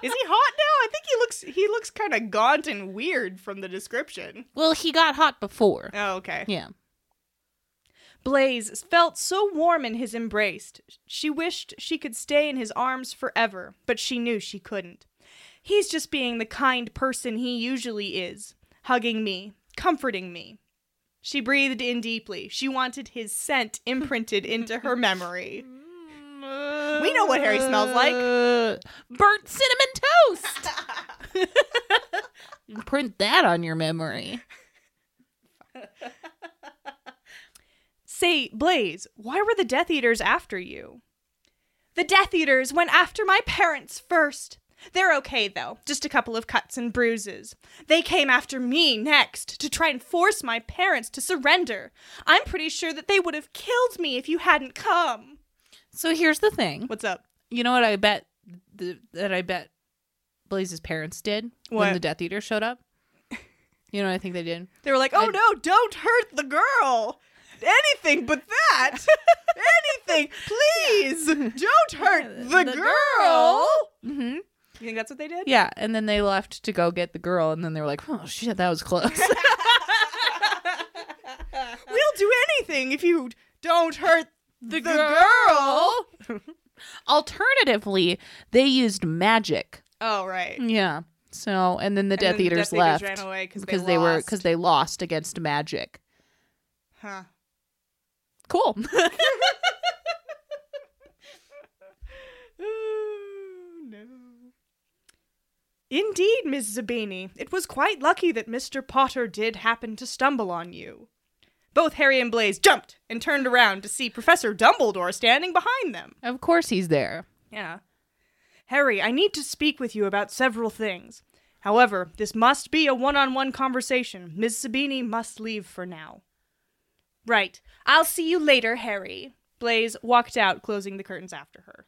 Is he hot now? I think he looks he looks kind of gaunt and weird from the description. Well, he got hot before. Oh, okay. Yeah. Blaze felt so warm in his embrace. She wished she could stay in his arms forever, but she knew she couldn't. He's just being the kind person he usually is, hugging me, comforting me. She breathed in deeply. She wanted his scent imprinted into her memory. We know what Harry smells like. Uh, burnt cinnamon toast. Print that on your memory. Say, Blaze, why were the Death Eaters after you? The Death Eaters went after my parents first. They're okay, though, just a couple of cuts and bruises. They came after me next to try and force my parents to surrender. I'm pretty sure that they would have killed me if you hadn't come. So here's the thing. What's up? You know what I bet the, that I bet Blaze's parents did What? when the Death Eater showed up? You know what I think they did? They were like, oh no, don't hurt the girl. Anything but that. Anything. Please don't hurt the, girl. Mm-hmm. You think that's what they did? Yeah, and then they left to go get the girl, and then they were like, "Oh shit, that was close." We'll do anything if you don't hurt the, girl. Alternatively, they used magic. Oh, right. Yeah. So, and then the Death then the Eaters Death Eaters left ran away 'cause they because they were lost. because they lost against magic. Huh. Cool. no. Indeed, Miss Zabini, it was quite lucky that Mr. Potter did happen to stumble on you. Both Harry and Blaze jumped and turned around to see Professor Dumbledore standing behind them. of course, he's there. Yeah. Harry, I need to speak with you about several things. However, this must be a one on one conversation. Miss Sabini must leave for now. Right. I'll see you later, Harry. Blaze walked out, closing the curtains after her.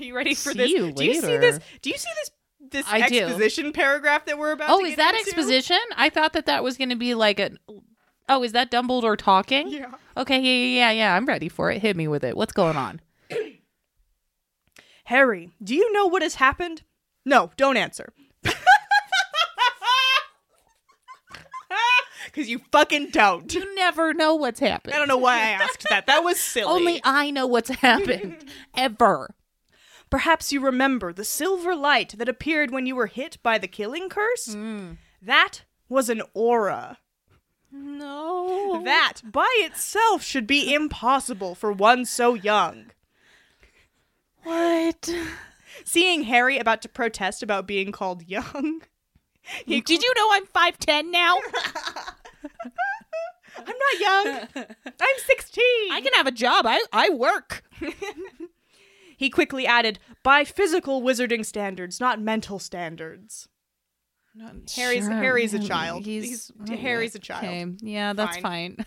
Are you ready for See this? you do you see this? later. Do you see this this I do. exposition paragraph that we're about Oh, to is get that into? exposition? I thought that that was going to be like a. Oh, is that Dumbledore talking? Yeah. Okay. Yeah. Yeah. Yeah. yeah, I'm ready for it. Hit me with it. What's going on? Harry, do you know what has happened? No, don't answer. Because you fucking don't. You never know what's happened. I don't know why I asked that. That was silly. Only I know what's happened ever. perhaps you remember the silver light that appeared when you were hit by the killing curse? That was an aura. No. That by itself should be impossible for one so young. What? Seeing Harry about to protest about being called young, Did you know I'm five ten now? I'm not young. I'm 16. I can have a job. I I work. He quickly added, by physical wizarding standards, not mental standards. Harry's Sure, Harry's a man. child. He's, He's- Harry's a child. Okay. Yeah, that's fine.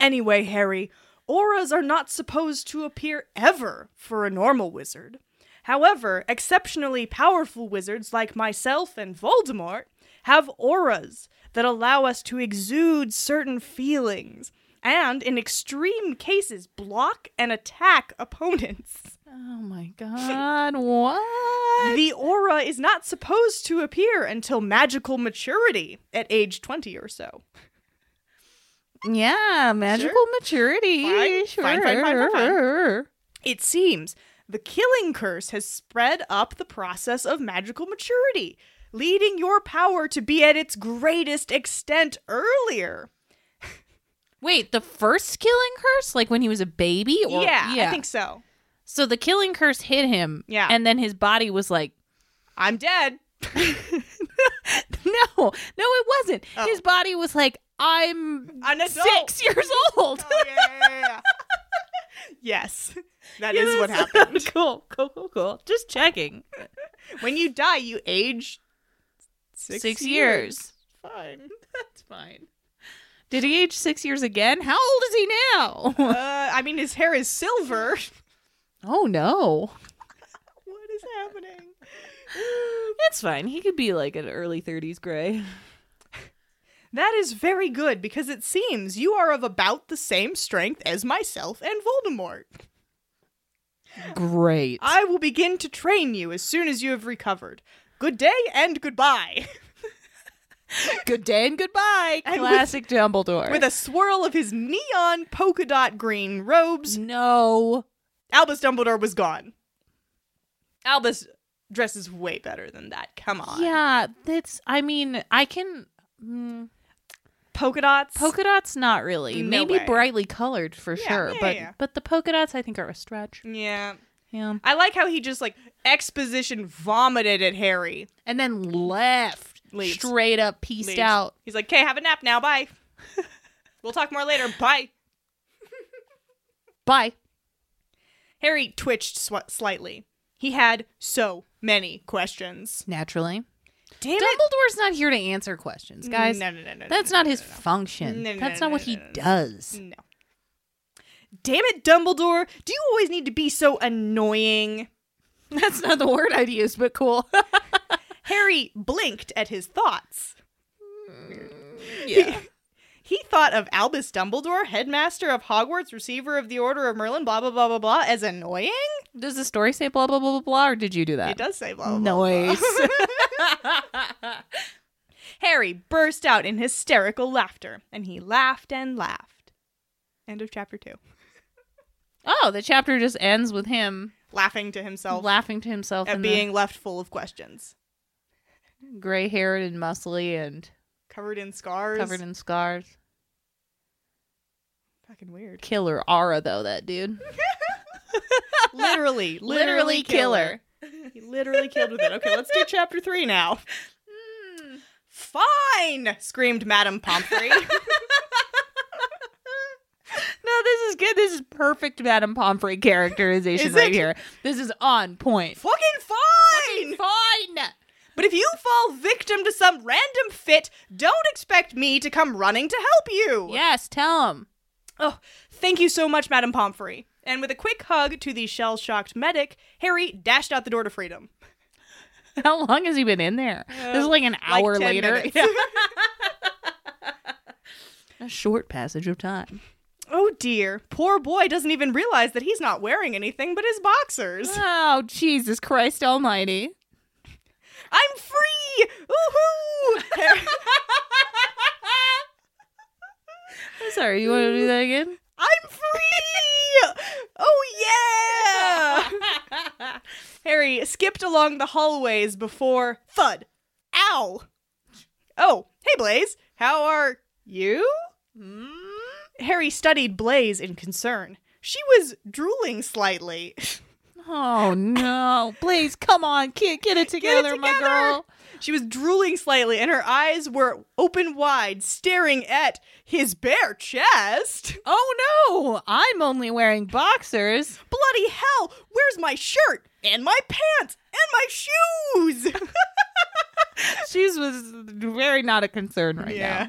Anyway, Harry, auras are not supposed to appear ever for a normal wizard. However, exceptionally powerful wizards like myself and Voldemort have auras that allow us to exude certain feelings and, in extreme cases, block and attack opponents. oh my god. What? The aura is not supposed to appear until magical maturity at age 20 or so. Yeah, magical maturity. Fine, Sure. fine, fine, fine, fine, It seems the killing curse has spread up the process of magical maturity. leading your power to be at its greatest extent earlier. Wait, the first killing curse, like when he was a baby, or yeah, I think so. so. The killing curse hit him, Yeah. and then his body was like, I'm dead. no, no, it wasn't. Oh. His body was like, I'm An adult. six years old. Oh, yeah, yeah, yeah, yeah. yes, that is what Yes. happened. cool, cool, cool, cool. Just checking. When you die, you age six, Six years. Fine. That's fine. Did he age six years again? How old is he now? Uh, I mean, his hair is silver. oh no. what is happening? It's fine. He could be like an early 30s gray. That is very good because it seems you are of about the same strength as myself and Voldemort. Great. I will begin to train you as soon as you have recovered. Good day and goodbye. Good day and goodbye. And with- Classic Dumbledore. With a swirl of his neon polka dot green robes, no. Albus Dumbledore was gone. Albus dresses way better than that. Come on. Yeah, that's. I mean, I can. Mm, Polka dots. polka dots, not really. No Maybe way. brightly colored for Yeah, sure, yeah, but yeah. but the polka dots I think are a stretch. yeah. Yeah, I like how he just like exposition vomited at Harry. and then left, Leaves. straight up, pieced Leaves. out. He's like, "Okay, have a nap now. Bye. we'll talk more later. Bye." Bye. Harry twitched sw- slightly. He had so many questions. Naturally, Damn Dumbledore's not here to answer questions, guys. No, no, no, no. That's no, not no, his no, function. No, no, That's no, not what no, he no, Mm. no. does. No. Damn it, Dumbledore! Do you always need to be so annoying? That's not the word I'd use, but cool. Harry blinked at his thoughts. Mm, yeah. He thought of Albus Dumbledore, headmaster of Hogwarts, receiver of the Order of Merlin, blah blah blah blah blah, as annoying. Does the story say blah blah blah blah blah, or did you do It that? does say blah blah. blah. Noise. Harry burst out in hysterical laughter, and he laughed and laughed. End of chapter two. oh, the chapter just ends with him Laughing to himself laughing to himself at and being left full of questions, gray haired and muscly and covered in scars. covered in scars. fucking weird. Killer aura though, that dude. literally, literally, He literally killed with it. Okay, let's do chapter three now. Mm. Fine! screamed Madame Pomfrey. No, this is good. This is perfect Madame Pomfrey characterization Is right it? here. This is on point. Fucking fine! Fine. But if you fall victim to some random fit, don't expect me to come running to help you. Yes, tell him. Oh, thank you so much, Madame Pomfrey. And with a quick hug to the shell shocked medic, Harry dashed out the door to freedom. How long has he been in there? this is Uh, like an like hour 10 later. minutes. Yeah. A short passage of time. Oh dear, poor boy doesn't even realize that he's not wearing anything but his boxers. Oh, Jesus Christ Almighty. I'm free! Woohoo! Harry- I'm sorry, you want to do that again? I'm free! Oh yeah! Harry skipped along the hallways before thud. Ow! Oh, hey Blaze, how are you? Harry studied Blaze in concern. She was drooling slightly. Oh, no. Please, come on, kid. Get it together, my together. girl. She was drooling slightly, and her eyes were open wide, staring at his bare chest. Oh, no. I'm only wearing boxers. Bloody hell, where's my shirt? And my pants? And my shoes! She's was very not a concern right now.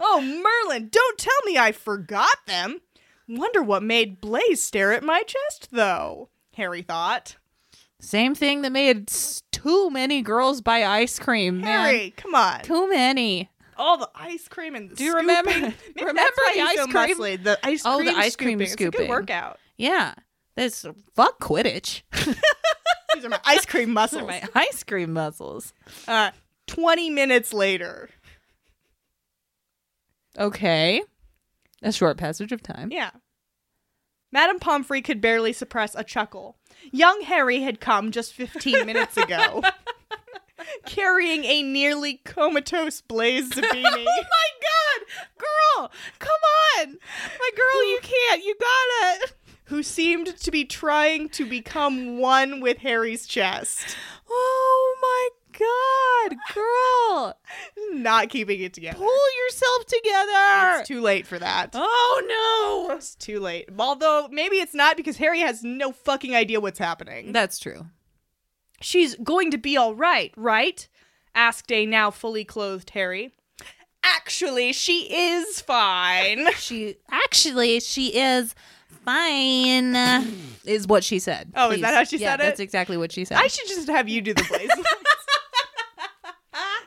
oh, Merlin, don't tell me I forgot them. Wonder what made Blaze stare at my chest, though, Harry thought. Same thing that made s- too many girls buy ice cream, man. Harry, come on. Too many. All the ice cream and the Do you remember- scooping. Maybe remember that's why the he's ice so cream? muscly, The ice cream Oh, the ice cream It's a good scooping. workout. Yeah. This fuck Quidditch. These are my ice cream muscles. My ice cream muscles. Uh, 20 minutes later. Okay. A short passage of time. Yeah. Madame Pomfrey could barely suppress a chuckle. Young Harry had come just 15 minutes ago. carrying a nearly comatose Blaze Zabini. Oh God, girl, come on, my girl, you can't, you gotta. who seemed to be trying to become one with Harry's chest. Oh my God, girl, Not keeping it together. pull yourself together. It's too late for that. oh no, It's too late. Although maybe it's not because Harry has no fucking idea what's happening. that's true. She's going to be all right, right? asked a now fully clothed Harry. Actually, she is fine. She actually, she is fine, is what she said. Oh, is that how she Yeah, said it? That's exactly what she said. I should just have you do the Blaze.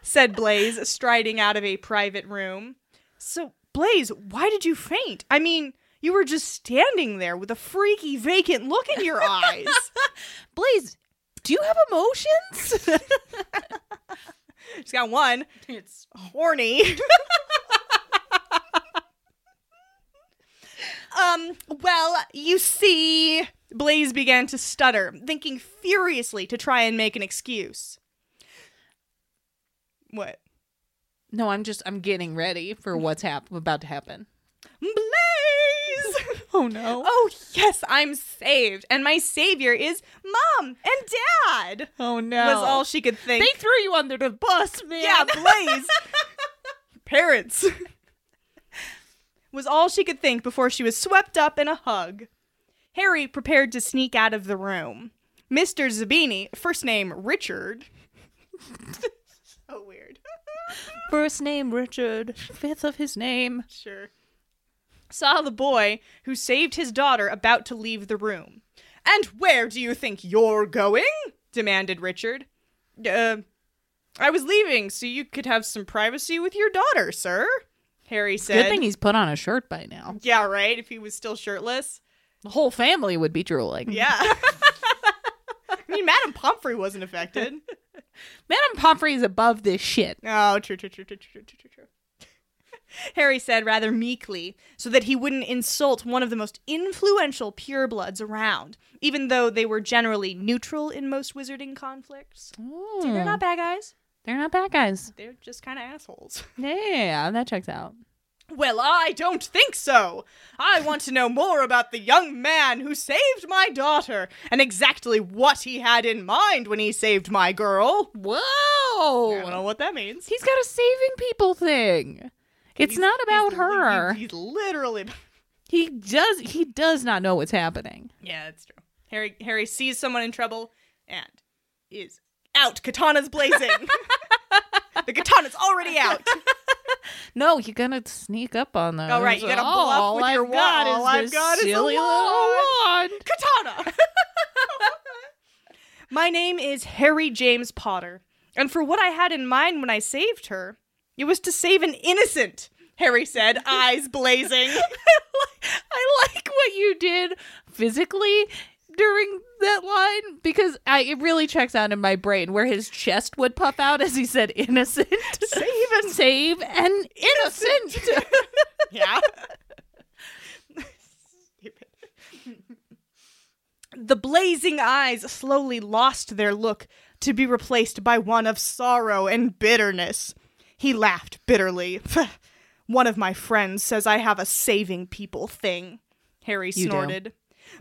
said Blaze, striding out of a private room. So, Blaze, why did you faint? I mean, you were just standing there with a freaky, vacant look in your eyes. Blaze, do you have emotions? She's got one. it's horny. um, well, you see, Blaze began to stutter, thinking furiously to try and make an excuse. What? no, I'm just I'm getting ready for what's hap- about to happen. Blaze! Oh no. oh, yes, I'm saved. And my savior is Mom and Dad, Oh no. was all she could think. they threw you under the bus, man. Yeah, Blaze. Parents. was all she could think before she was swept up in a hug. Harry prepared to sneak out of the room. Mr. Zabini, first name Richard. so weird. First name Richard, fifth of his name. Sure. Saw the boy who saved his daughter about to leave the room. And where do you think you're going? demanded Richard. Uh, I was leaving so you could have some privacy with your daughter, sir, Harry said. Good thing he's put on a shirt by now. yeah, right, if he was still shirtless. The whole family would be drooling. Yeah. I mean, Madame Pomfrey wasn't affected. Madame Pomfrey is above this shit. Oh, true, true, true, true, true, true, true, true. Harry said rather meekly, so that he wouldn't insult one of the most influential purebloods around, even though they were generally neutral in most wizarding conflicts. So Hmm. they're not bad guys. They're not bad guys. They're just kind of assholes. Yeah, that checks out. Well, I don't think so. I want to know more about the young man who saved my daughter and exactly what he had in mind when he saved my girl. I don't Whoa. know what that means. He's got a saving people thing. It's He's- not about he's li- her. He's literally He does he does not know what's happening. Yeah, that's true. Harry Harry sees someone in trouble and is out. Katana's blazing. the katana's already out. No, you're gonna sneak up on them. Oh, right, you gotta Oh, bluff all with I've your got wand. is All I've this got is a silly wand. little wand. Katana. My name is Harry James Potter, and for what I had in mind when I saved her, it was to save an innocent. Harry said, eyes blazing. I like what you did physically during that line because I it really checks out in my brain where his chest would puff out as he said innocent. Save and save and innocent. yeah. Stupid. the blazing eyes slowly lost their look to be replaced by one of sorrow and bitterness. He laughed bitterly. one of my friends says I have a saving people thing, Harry do. snorted.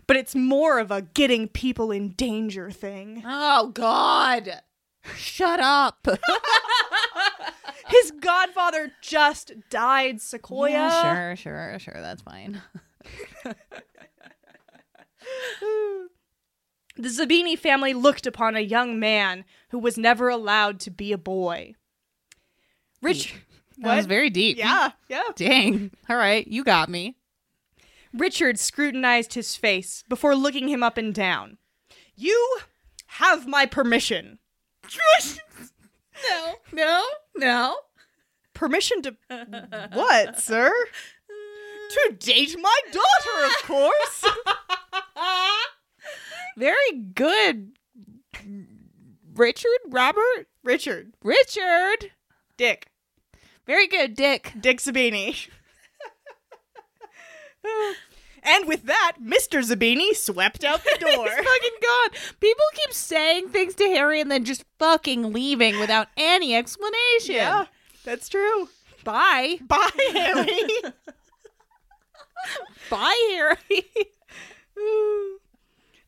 But it's more of a getting people in danger thing. oh god. Shut up. His godfather just died, sure, Sequoia. sure, sure. That's fine. The Zabini family looked upon a young man who was never allowed to be a boy. Rich That was very deep. Yeah, yeah. Dang. All right, you got me. Richard scrutinized his face before looking him up and down. You have my permission. No, no, no. Permission to what, sir? to date my daughter, of course. Very good. Richard, Robert, Richard, Richard. Dick, Very good, Dick. Dick Sabini. And with that, Mr. Zabini swept out the door. fucking gone. People keep saying things to Harry and then just fucking leaving without any explanation. yeah, that's true. Bye. Bye, Harry. Bye, Harry.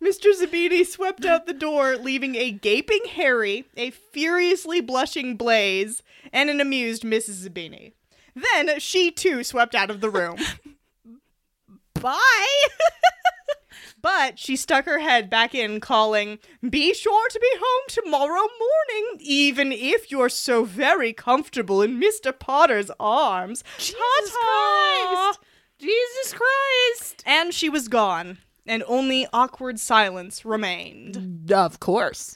Mr. Zabini swept out the door, leaving a gaping Harry, a furiously blushing Blaze, and an amused Mrs. Zabini. Then she too swept out of the room. Bye. But she stuck her head back in, calling, Be sure to be home tomorrow morning, even if you're so very comfortable in Mr. Potter's arms. Jesus Christ. Jesus Christ. And she was gone, and only awkward silence remained. Of course.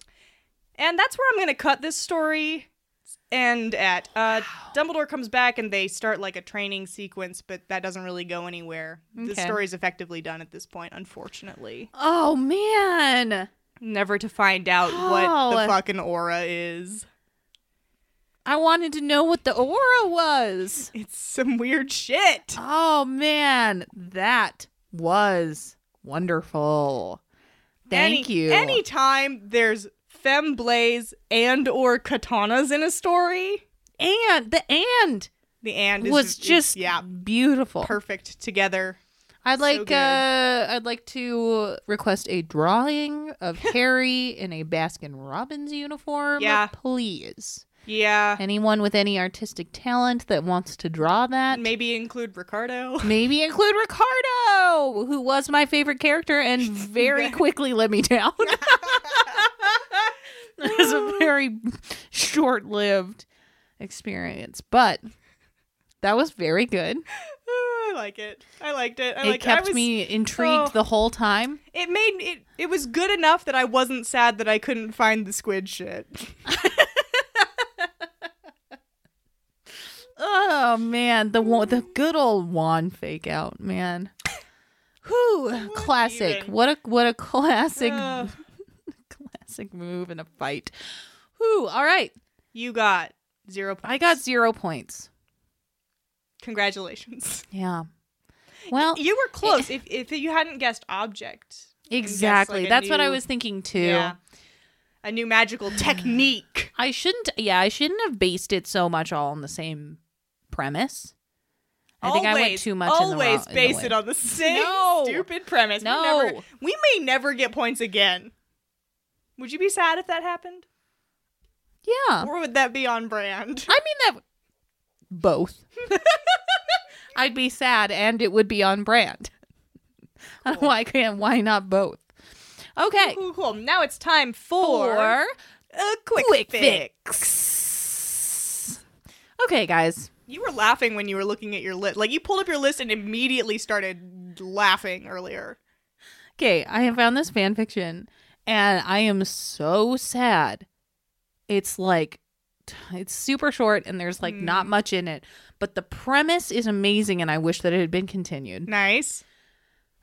And that's where I'm going to cut this story and at. Uh, Dumbledore comes back, and they start like a training sequence, but that doesn't really go anywhere. The Okay. story's effectively done at this point, unfortunately. Oh, man. Never to find out what Oh. the fucking aura is. I wanted to know what the aura was. It's some weird shit. Oh, man. That was wonderful. Thank Any- you. Anytime there's femme blaze and or katanas in a story, and the and the and is, was is- just yeah beautiful. perfect together. I'd like good. uh I'd like to request a drawing of Harry in a Baskin Robbins uniform. Yeah. Please. Yeah, Anyone with any artistic talent that wants to draw that. maybe include Ricardo. Maybe include Ricardo, who was my favorite character and very quickly let me down. it was a very short lived experience. But that was very good. Ah, I like it. I liked it. I it liked kept it. I was, me intrigued oh. the whole time. It made it. It was good enough that I wasn't sad that I couldn't find the squid shit. Oh man, the wa- the good old wand fake out, man. Whew, classic. even? What a what a classic Ugh. classic move in a fight. Whew, all right. you got zero points. I got 0 points. Congratulations. Yeah. Well, You were close. if if you hadn't guessed object, exactly. like, a That's what I new- was thinking too. yeah, a new magical technique. I shouldn't yeah, I shouldn't have based it so much all on the same premise. I think I went too much in Always the wrong, in the base way. it on the same No. stupid premise. We No. never- we may never get points again. Would you be sad if that happened, Yeah. or would that be on brand? Um, I mean that both. I'd be sad and it would be on brand. I don't know why I can't why not both? Okay. Cool, cool. Now it's time for, Or a quick, quick fix. fix. Okay, guys. You were laughing when you were looking at your list. Like you pulled up your list and immediately started laughing earlier. Okay, I have found this fan fiction and I am so sad. It's like it's super short and there's like not Hmm. much in it, but the premise is amazing and I wish that it had been continued. Nice.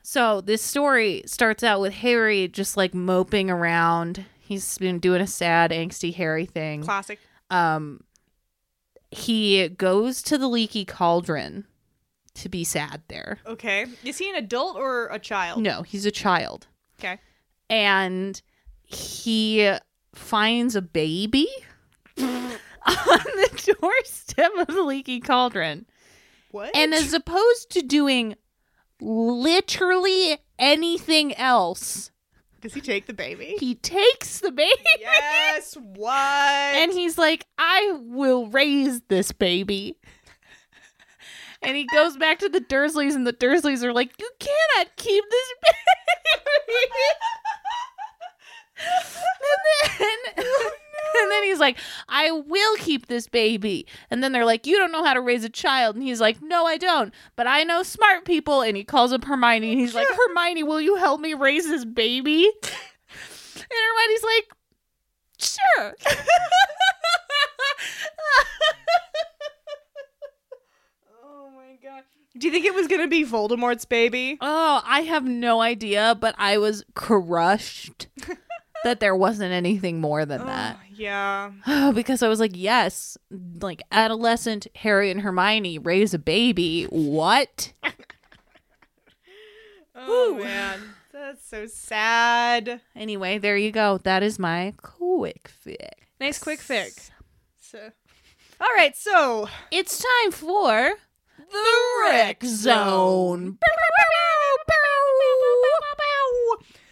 So this story starts out with Harry just like moping around. He's been doing a sad, angsty Harry thing. Classic. Um, he goes to the leaky cauldron to be sad there. Okay. Is he an adult or a child? No, he's a child, Okay. and he finds a baby on the doorstep of the leaky cauldron. What? And as opposed to doing literally anything else, does he take the baby? he takes the baby. yes. What? And he's like, I will raise this baby. And he goes back to the Dursleys, and the Dursleys are like, You cannot keep this baby. and, then, and then he's like, I will keep this baby. And then they're like, You don't know how to raise a child. And he's like, No, I don't. But I know smart people. And he calls up Hermione, and he's like, Hermione, will you help me raise this baby? And Hermione's like, Sure. Oh my god. Do you think it was gonna be Voldemort's baby? Oh, I have no idea, but I was crushed that there wasn't anything more than that. Oh, yeah. Oh, because I was like, yes, like adolescent Harry and Hermione raise a baby. What? Oh man, that's so sad. Anyway, there you go. That is my quick fix. Nice quick fix. So, all right, so It's time for the Rick Zone.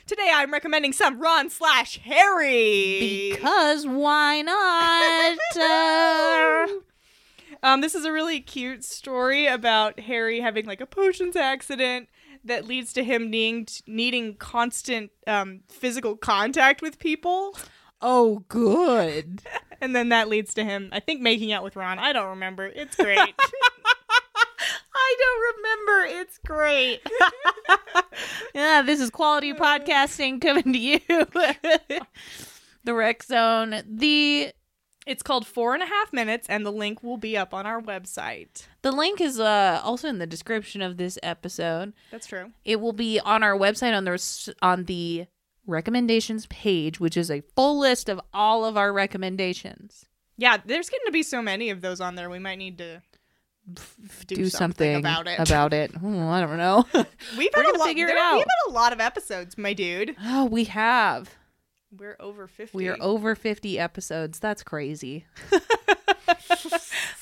Today I'm recommending some Ron slash Harry. Because why not? Uh, Um, this is a really cute story about Harry having like a potions accident that leads to him needing needing constant um, physical contact with people, oh, good. and then that leads to him, I think, making out with Ron. I don't remember. It's great. I don't remember. It's great. yeah, this is quality podcasting coming to you. the Rec Zone. The it's called Four and a Half Minutes, and the link will be up on our website. the link is uh, also in the description of this episode. That's true. It will be on our website on the res- on the recommendations page, which is a full list of all of our recommendations. Yeah, there's going to be so many of those on there. We might need to do, something, about it. About it. Hmm, I don't know. we've We're had a gonna lot. figure it there- out. We've had a lot of episodes, my dude. oh, we have. We're over fifty. We are over 50 episodes. That's crazy.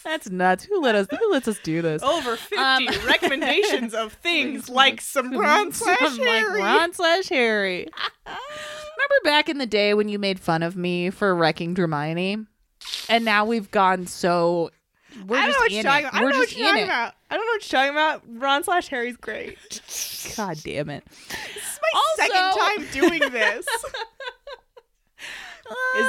That's nuts. Who let us who lets us do this? over 50 recommendations of things like some Ron slash I'm um, like Harry. Ron slash Harry. Remember back in the day when you made fun of me for wrecking Hermione? And now we've gone so we're I don't know just what you're in talking it. about. I We're don't know what just you're in talking it. about. I don't know what you're talking about. Ron slash Harry's great. It's God damn it. my Also- second time doing this. Is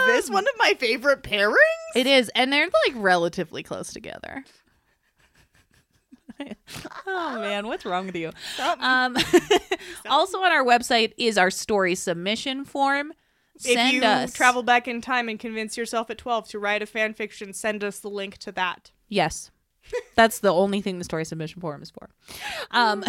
this one of my favorite pairings? It is, and they're like relatively close together. oh man, what's wrong with you? Something. Um, also on our website is our story submission form. if Send you us travel back in time and convince yourself at 12 to write a fan fiction, send us the link to that. Yes. That's the only thing the story submission forum is for. Um,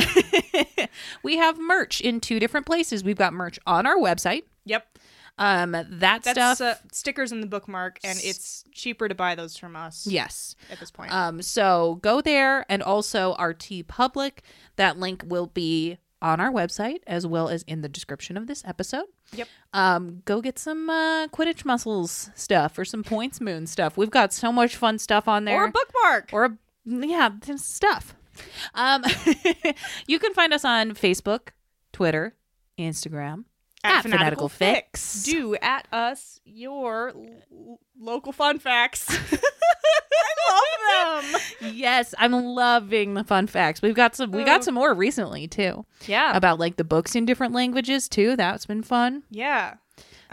we have merch in two different places. We've got merch on our website. Yep. Um, that That's stuff. uh, stickers in the bookmark, and it's cheaper to buy those from us yes. at this point. Um, so go there and also our T Public. That link will be on our website as well as in the description of this episode. Yep. Um, go get some uh, Quidditch muscles stuff or some points moon stuff. We've got so much fun stuff on there. or a bookmark. or a, yeah, there's stuff. Um, you can find us on Facebook, Twitter, Instagram at Fanatical Fanatical Fix. Fix. Do at us your l- l- local fun facts. I love them. yes, I'm loving the fun facts. We've got some. We got some more recently too Yeah. about like the books in different languages too. That's been fun. Yeah.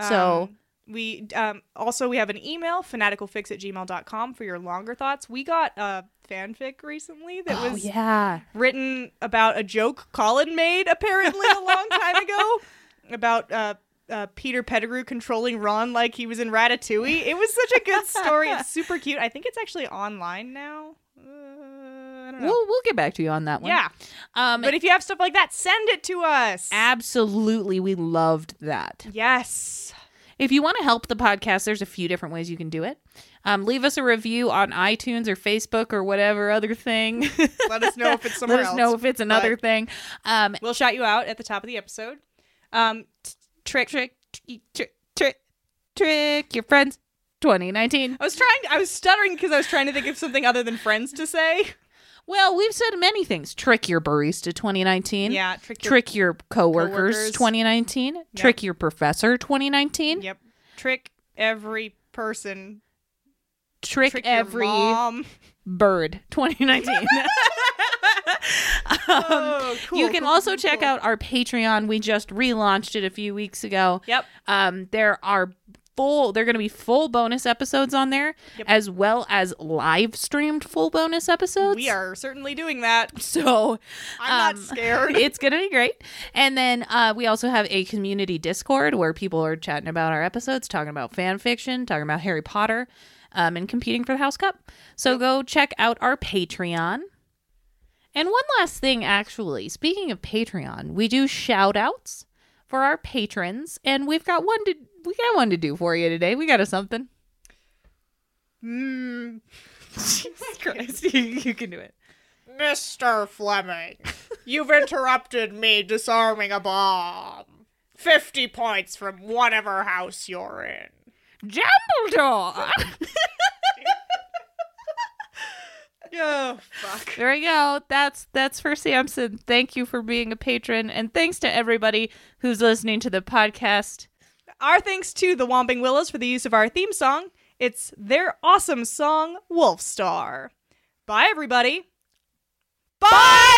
So- Um, we um, also we have an email fanaticalfix at gmail.com for your longer thoughts. We got a fanfic recently that was yeah, written about a joke Colin made apparently a long time ago about uh, uh, Peter Pettigrew controlling Ron like he was in Ratatouille. It was such a good story. It's super cute. I think it's actually online now. Uh, I don't know. we'll we'll get back to you on that one. yeah, um, but if you have stuff like that, send it to us. absolutely, we loved that. yes. If you want to help the podcast, there's a few different ways you can do it. Um, leave us a review on iTunes or Facebook or whatever other thing. Let us know if it's somewhere Let us else. know if it's another but- thing. Um, We'll shout you out at the top of the episode. Um, t- trick, trick, trick, trick, trick. trick your friends. 2019. I was trying. I was stuttering because I was trying to think of something other than friends to say. Well, we've said many things. Trick your barista 2019. Yeah, trick. your- Trick your coworkers, Coworkers. 2019. Trick your professor 2019. Yep. Trick every person. Trick, Trick every your mom. bird 2019. Oh, cool, you can cool, also cool, check cool. out our Patreon. We just relaunched it a few weeks ago. Yep. Um, there are full. There are going to be full bonus episodes on there, Yep. as well as live streamed full bonus episodes. We are certainly doing that. so Um, I'm not scared. it's going to be great. And then uh, we also have a community Discord where people are chatting about our episodes, talking about fan fiction, talking about Harry Potter, um, and competing for the House Cup. So go check out our Patreon. And one last thing, actually, speaking of Patreon, we do shout outs for our patrons, and we've got one to we got one to do for you today. We got a something. Mm, Jesus Christ, you, you can do it. Mr. Fleming, You've interrupted me disarming a bomb. 50 points from whatever house you're in. Dumbledore. Oh, fuck. There we go. That's that's for Samson. Thank you for being a patron, and thanks to everybody who's listening to the podcast. Our thanks to the Whomping Willows for the use of our theme song. It's their awesome song, Wolf Star. Bye, everybody. Bye!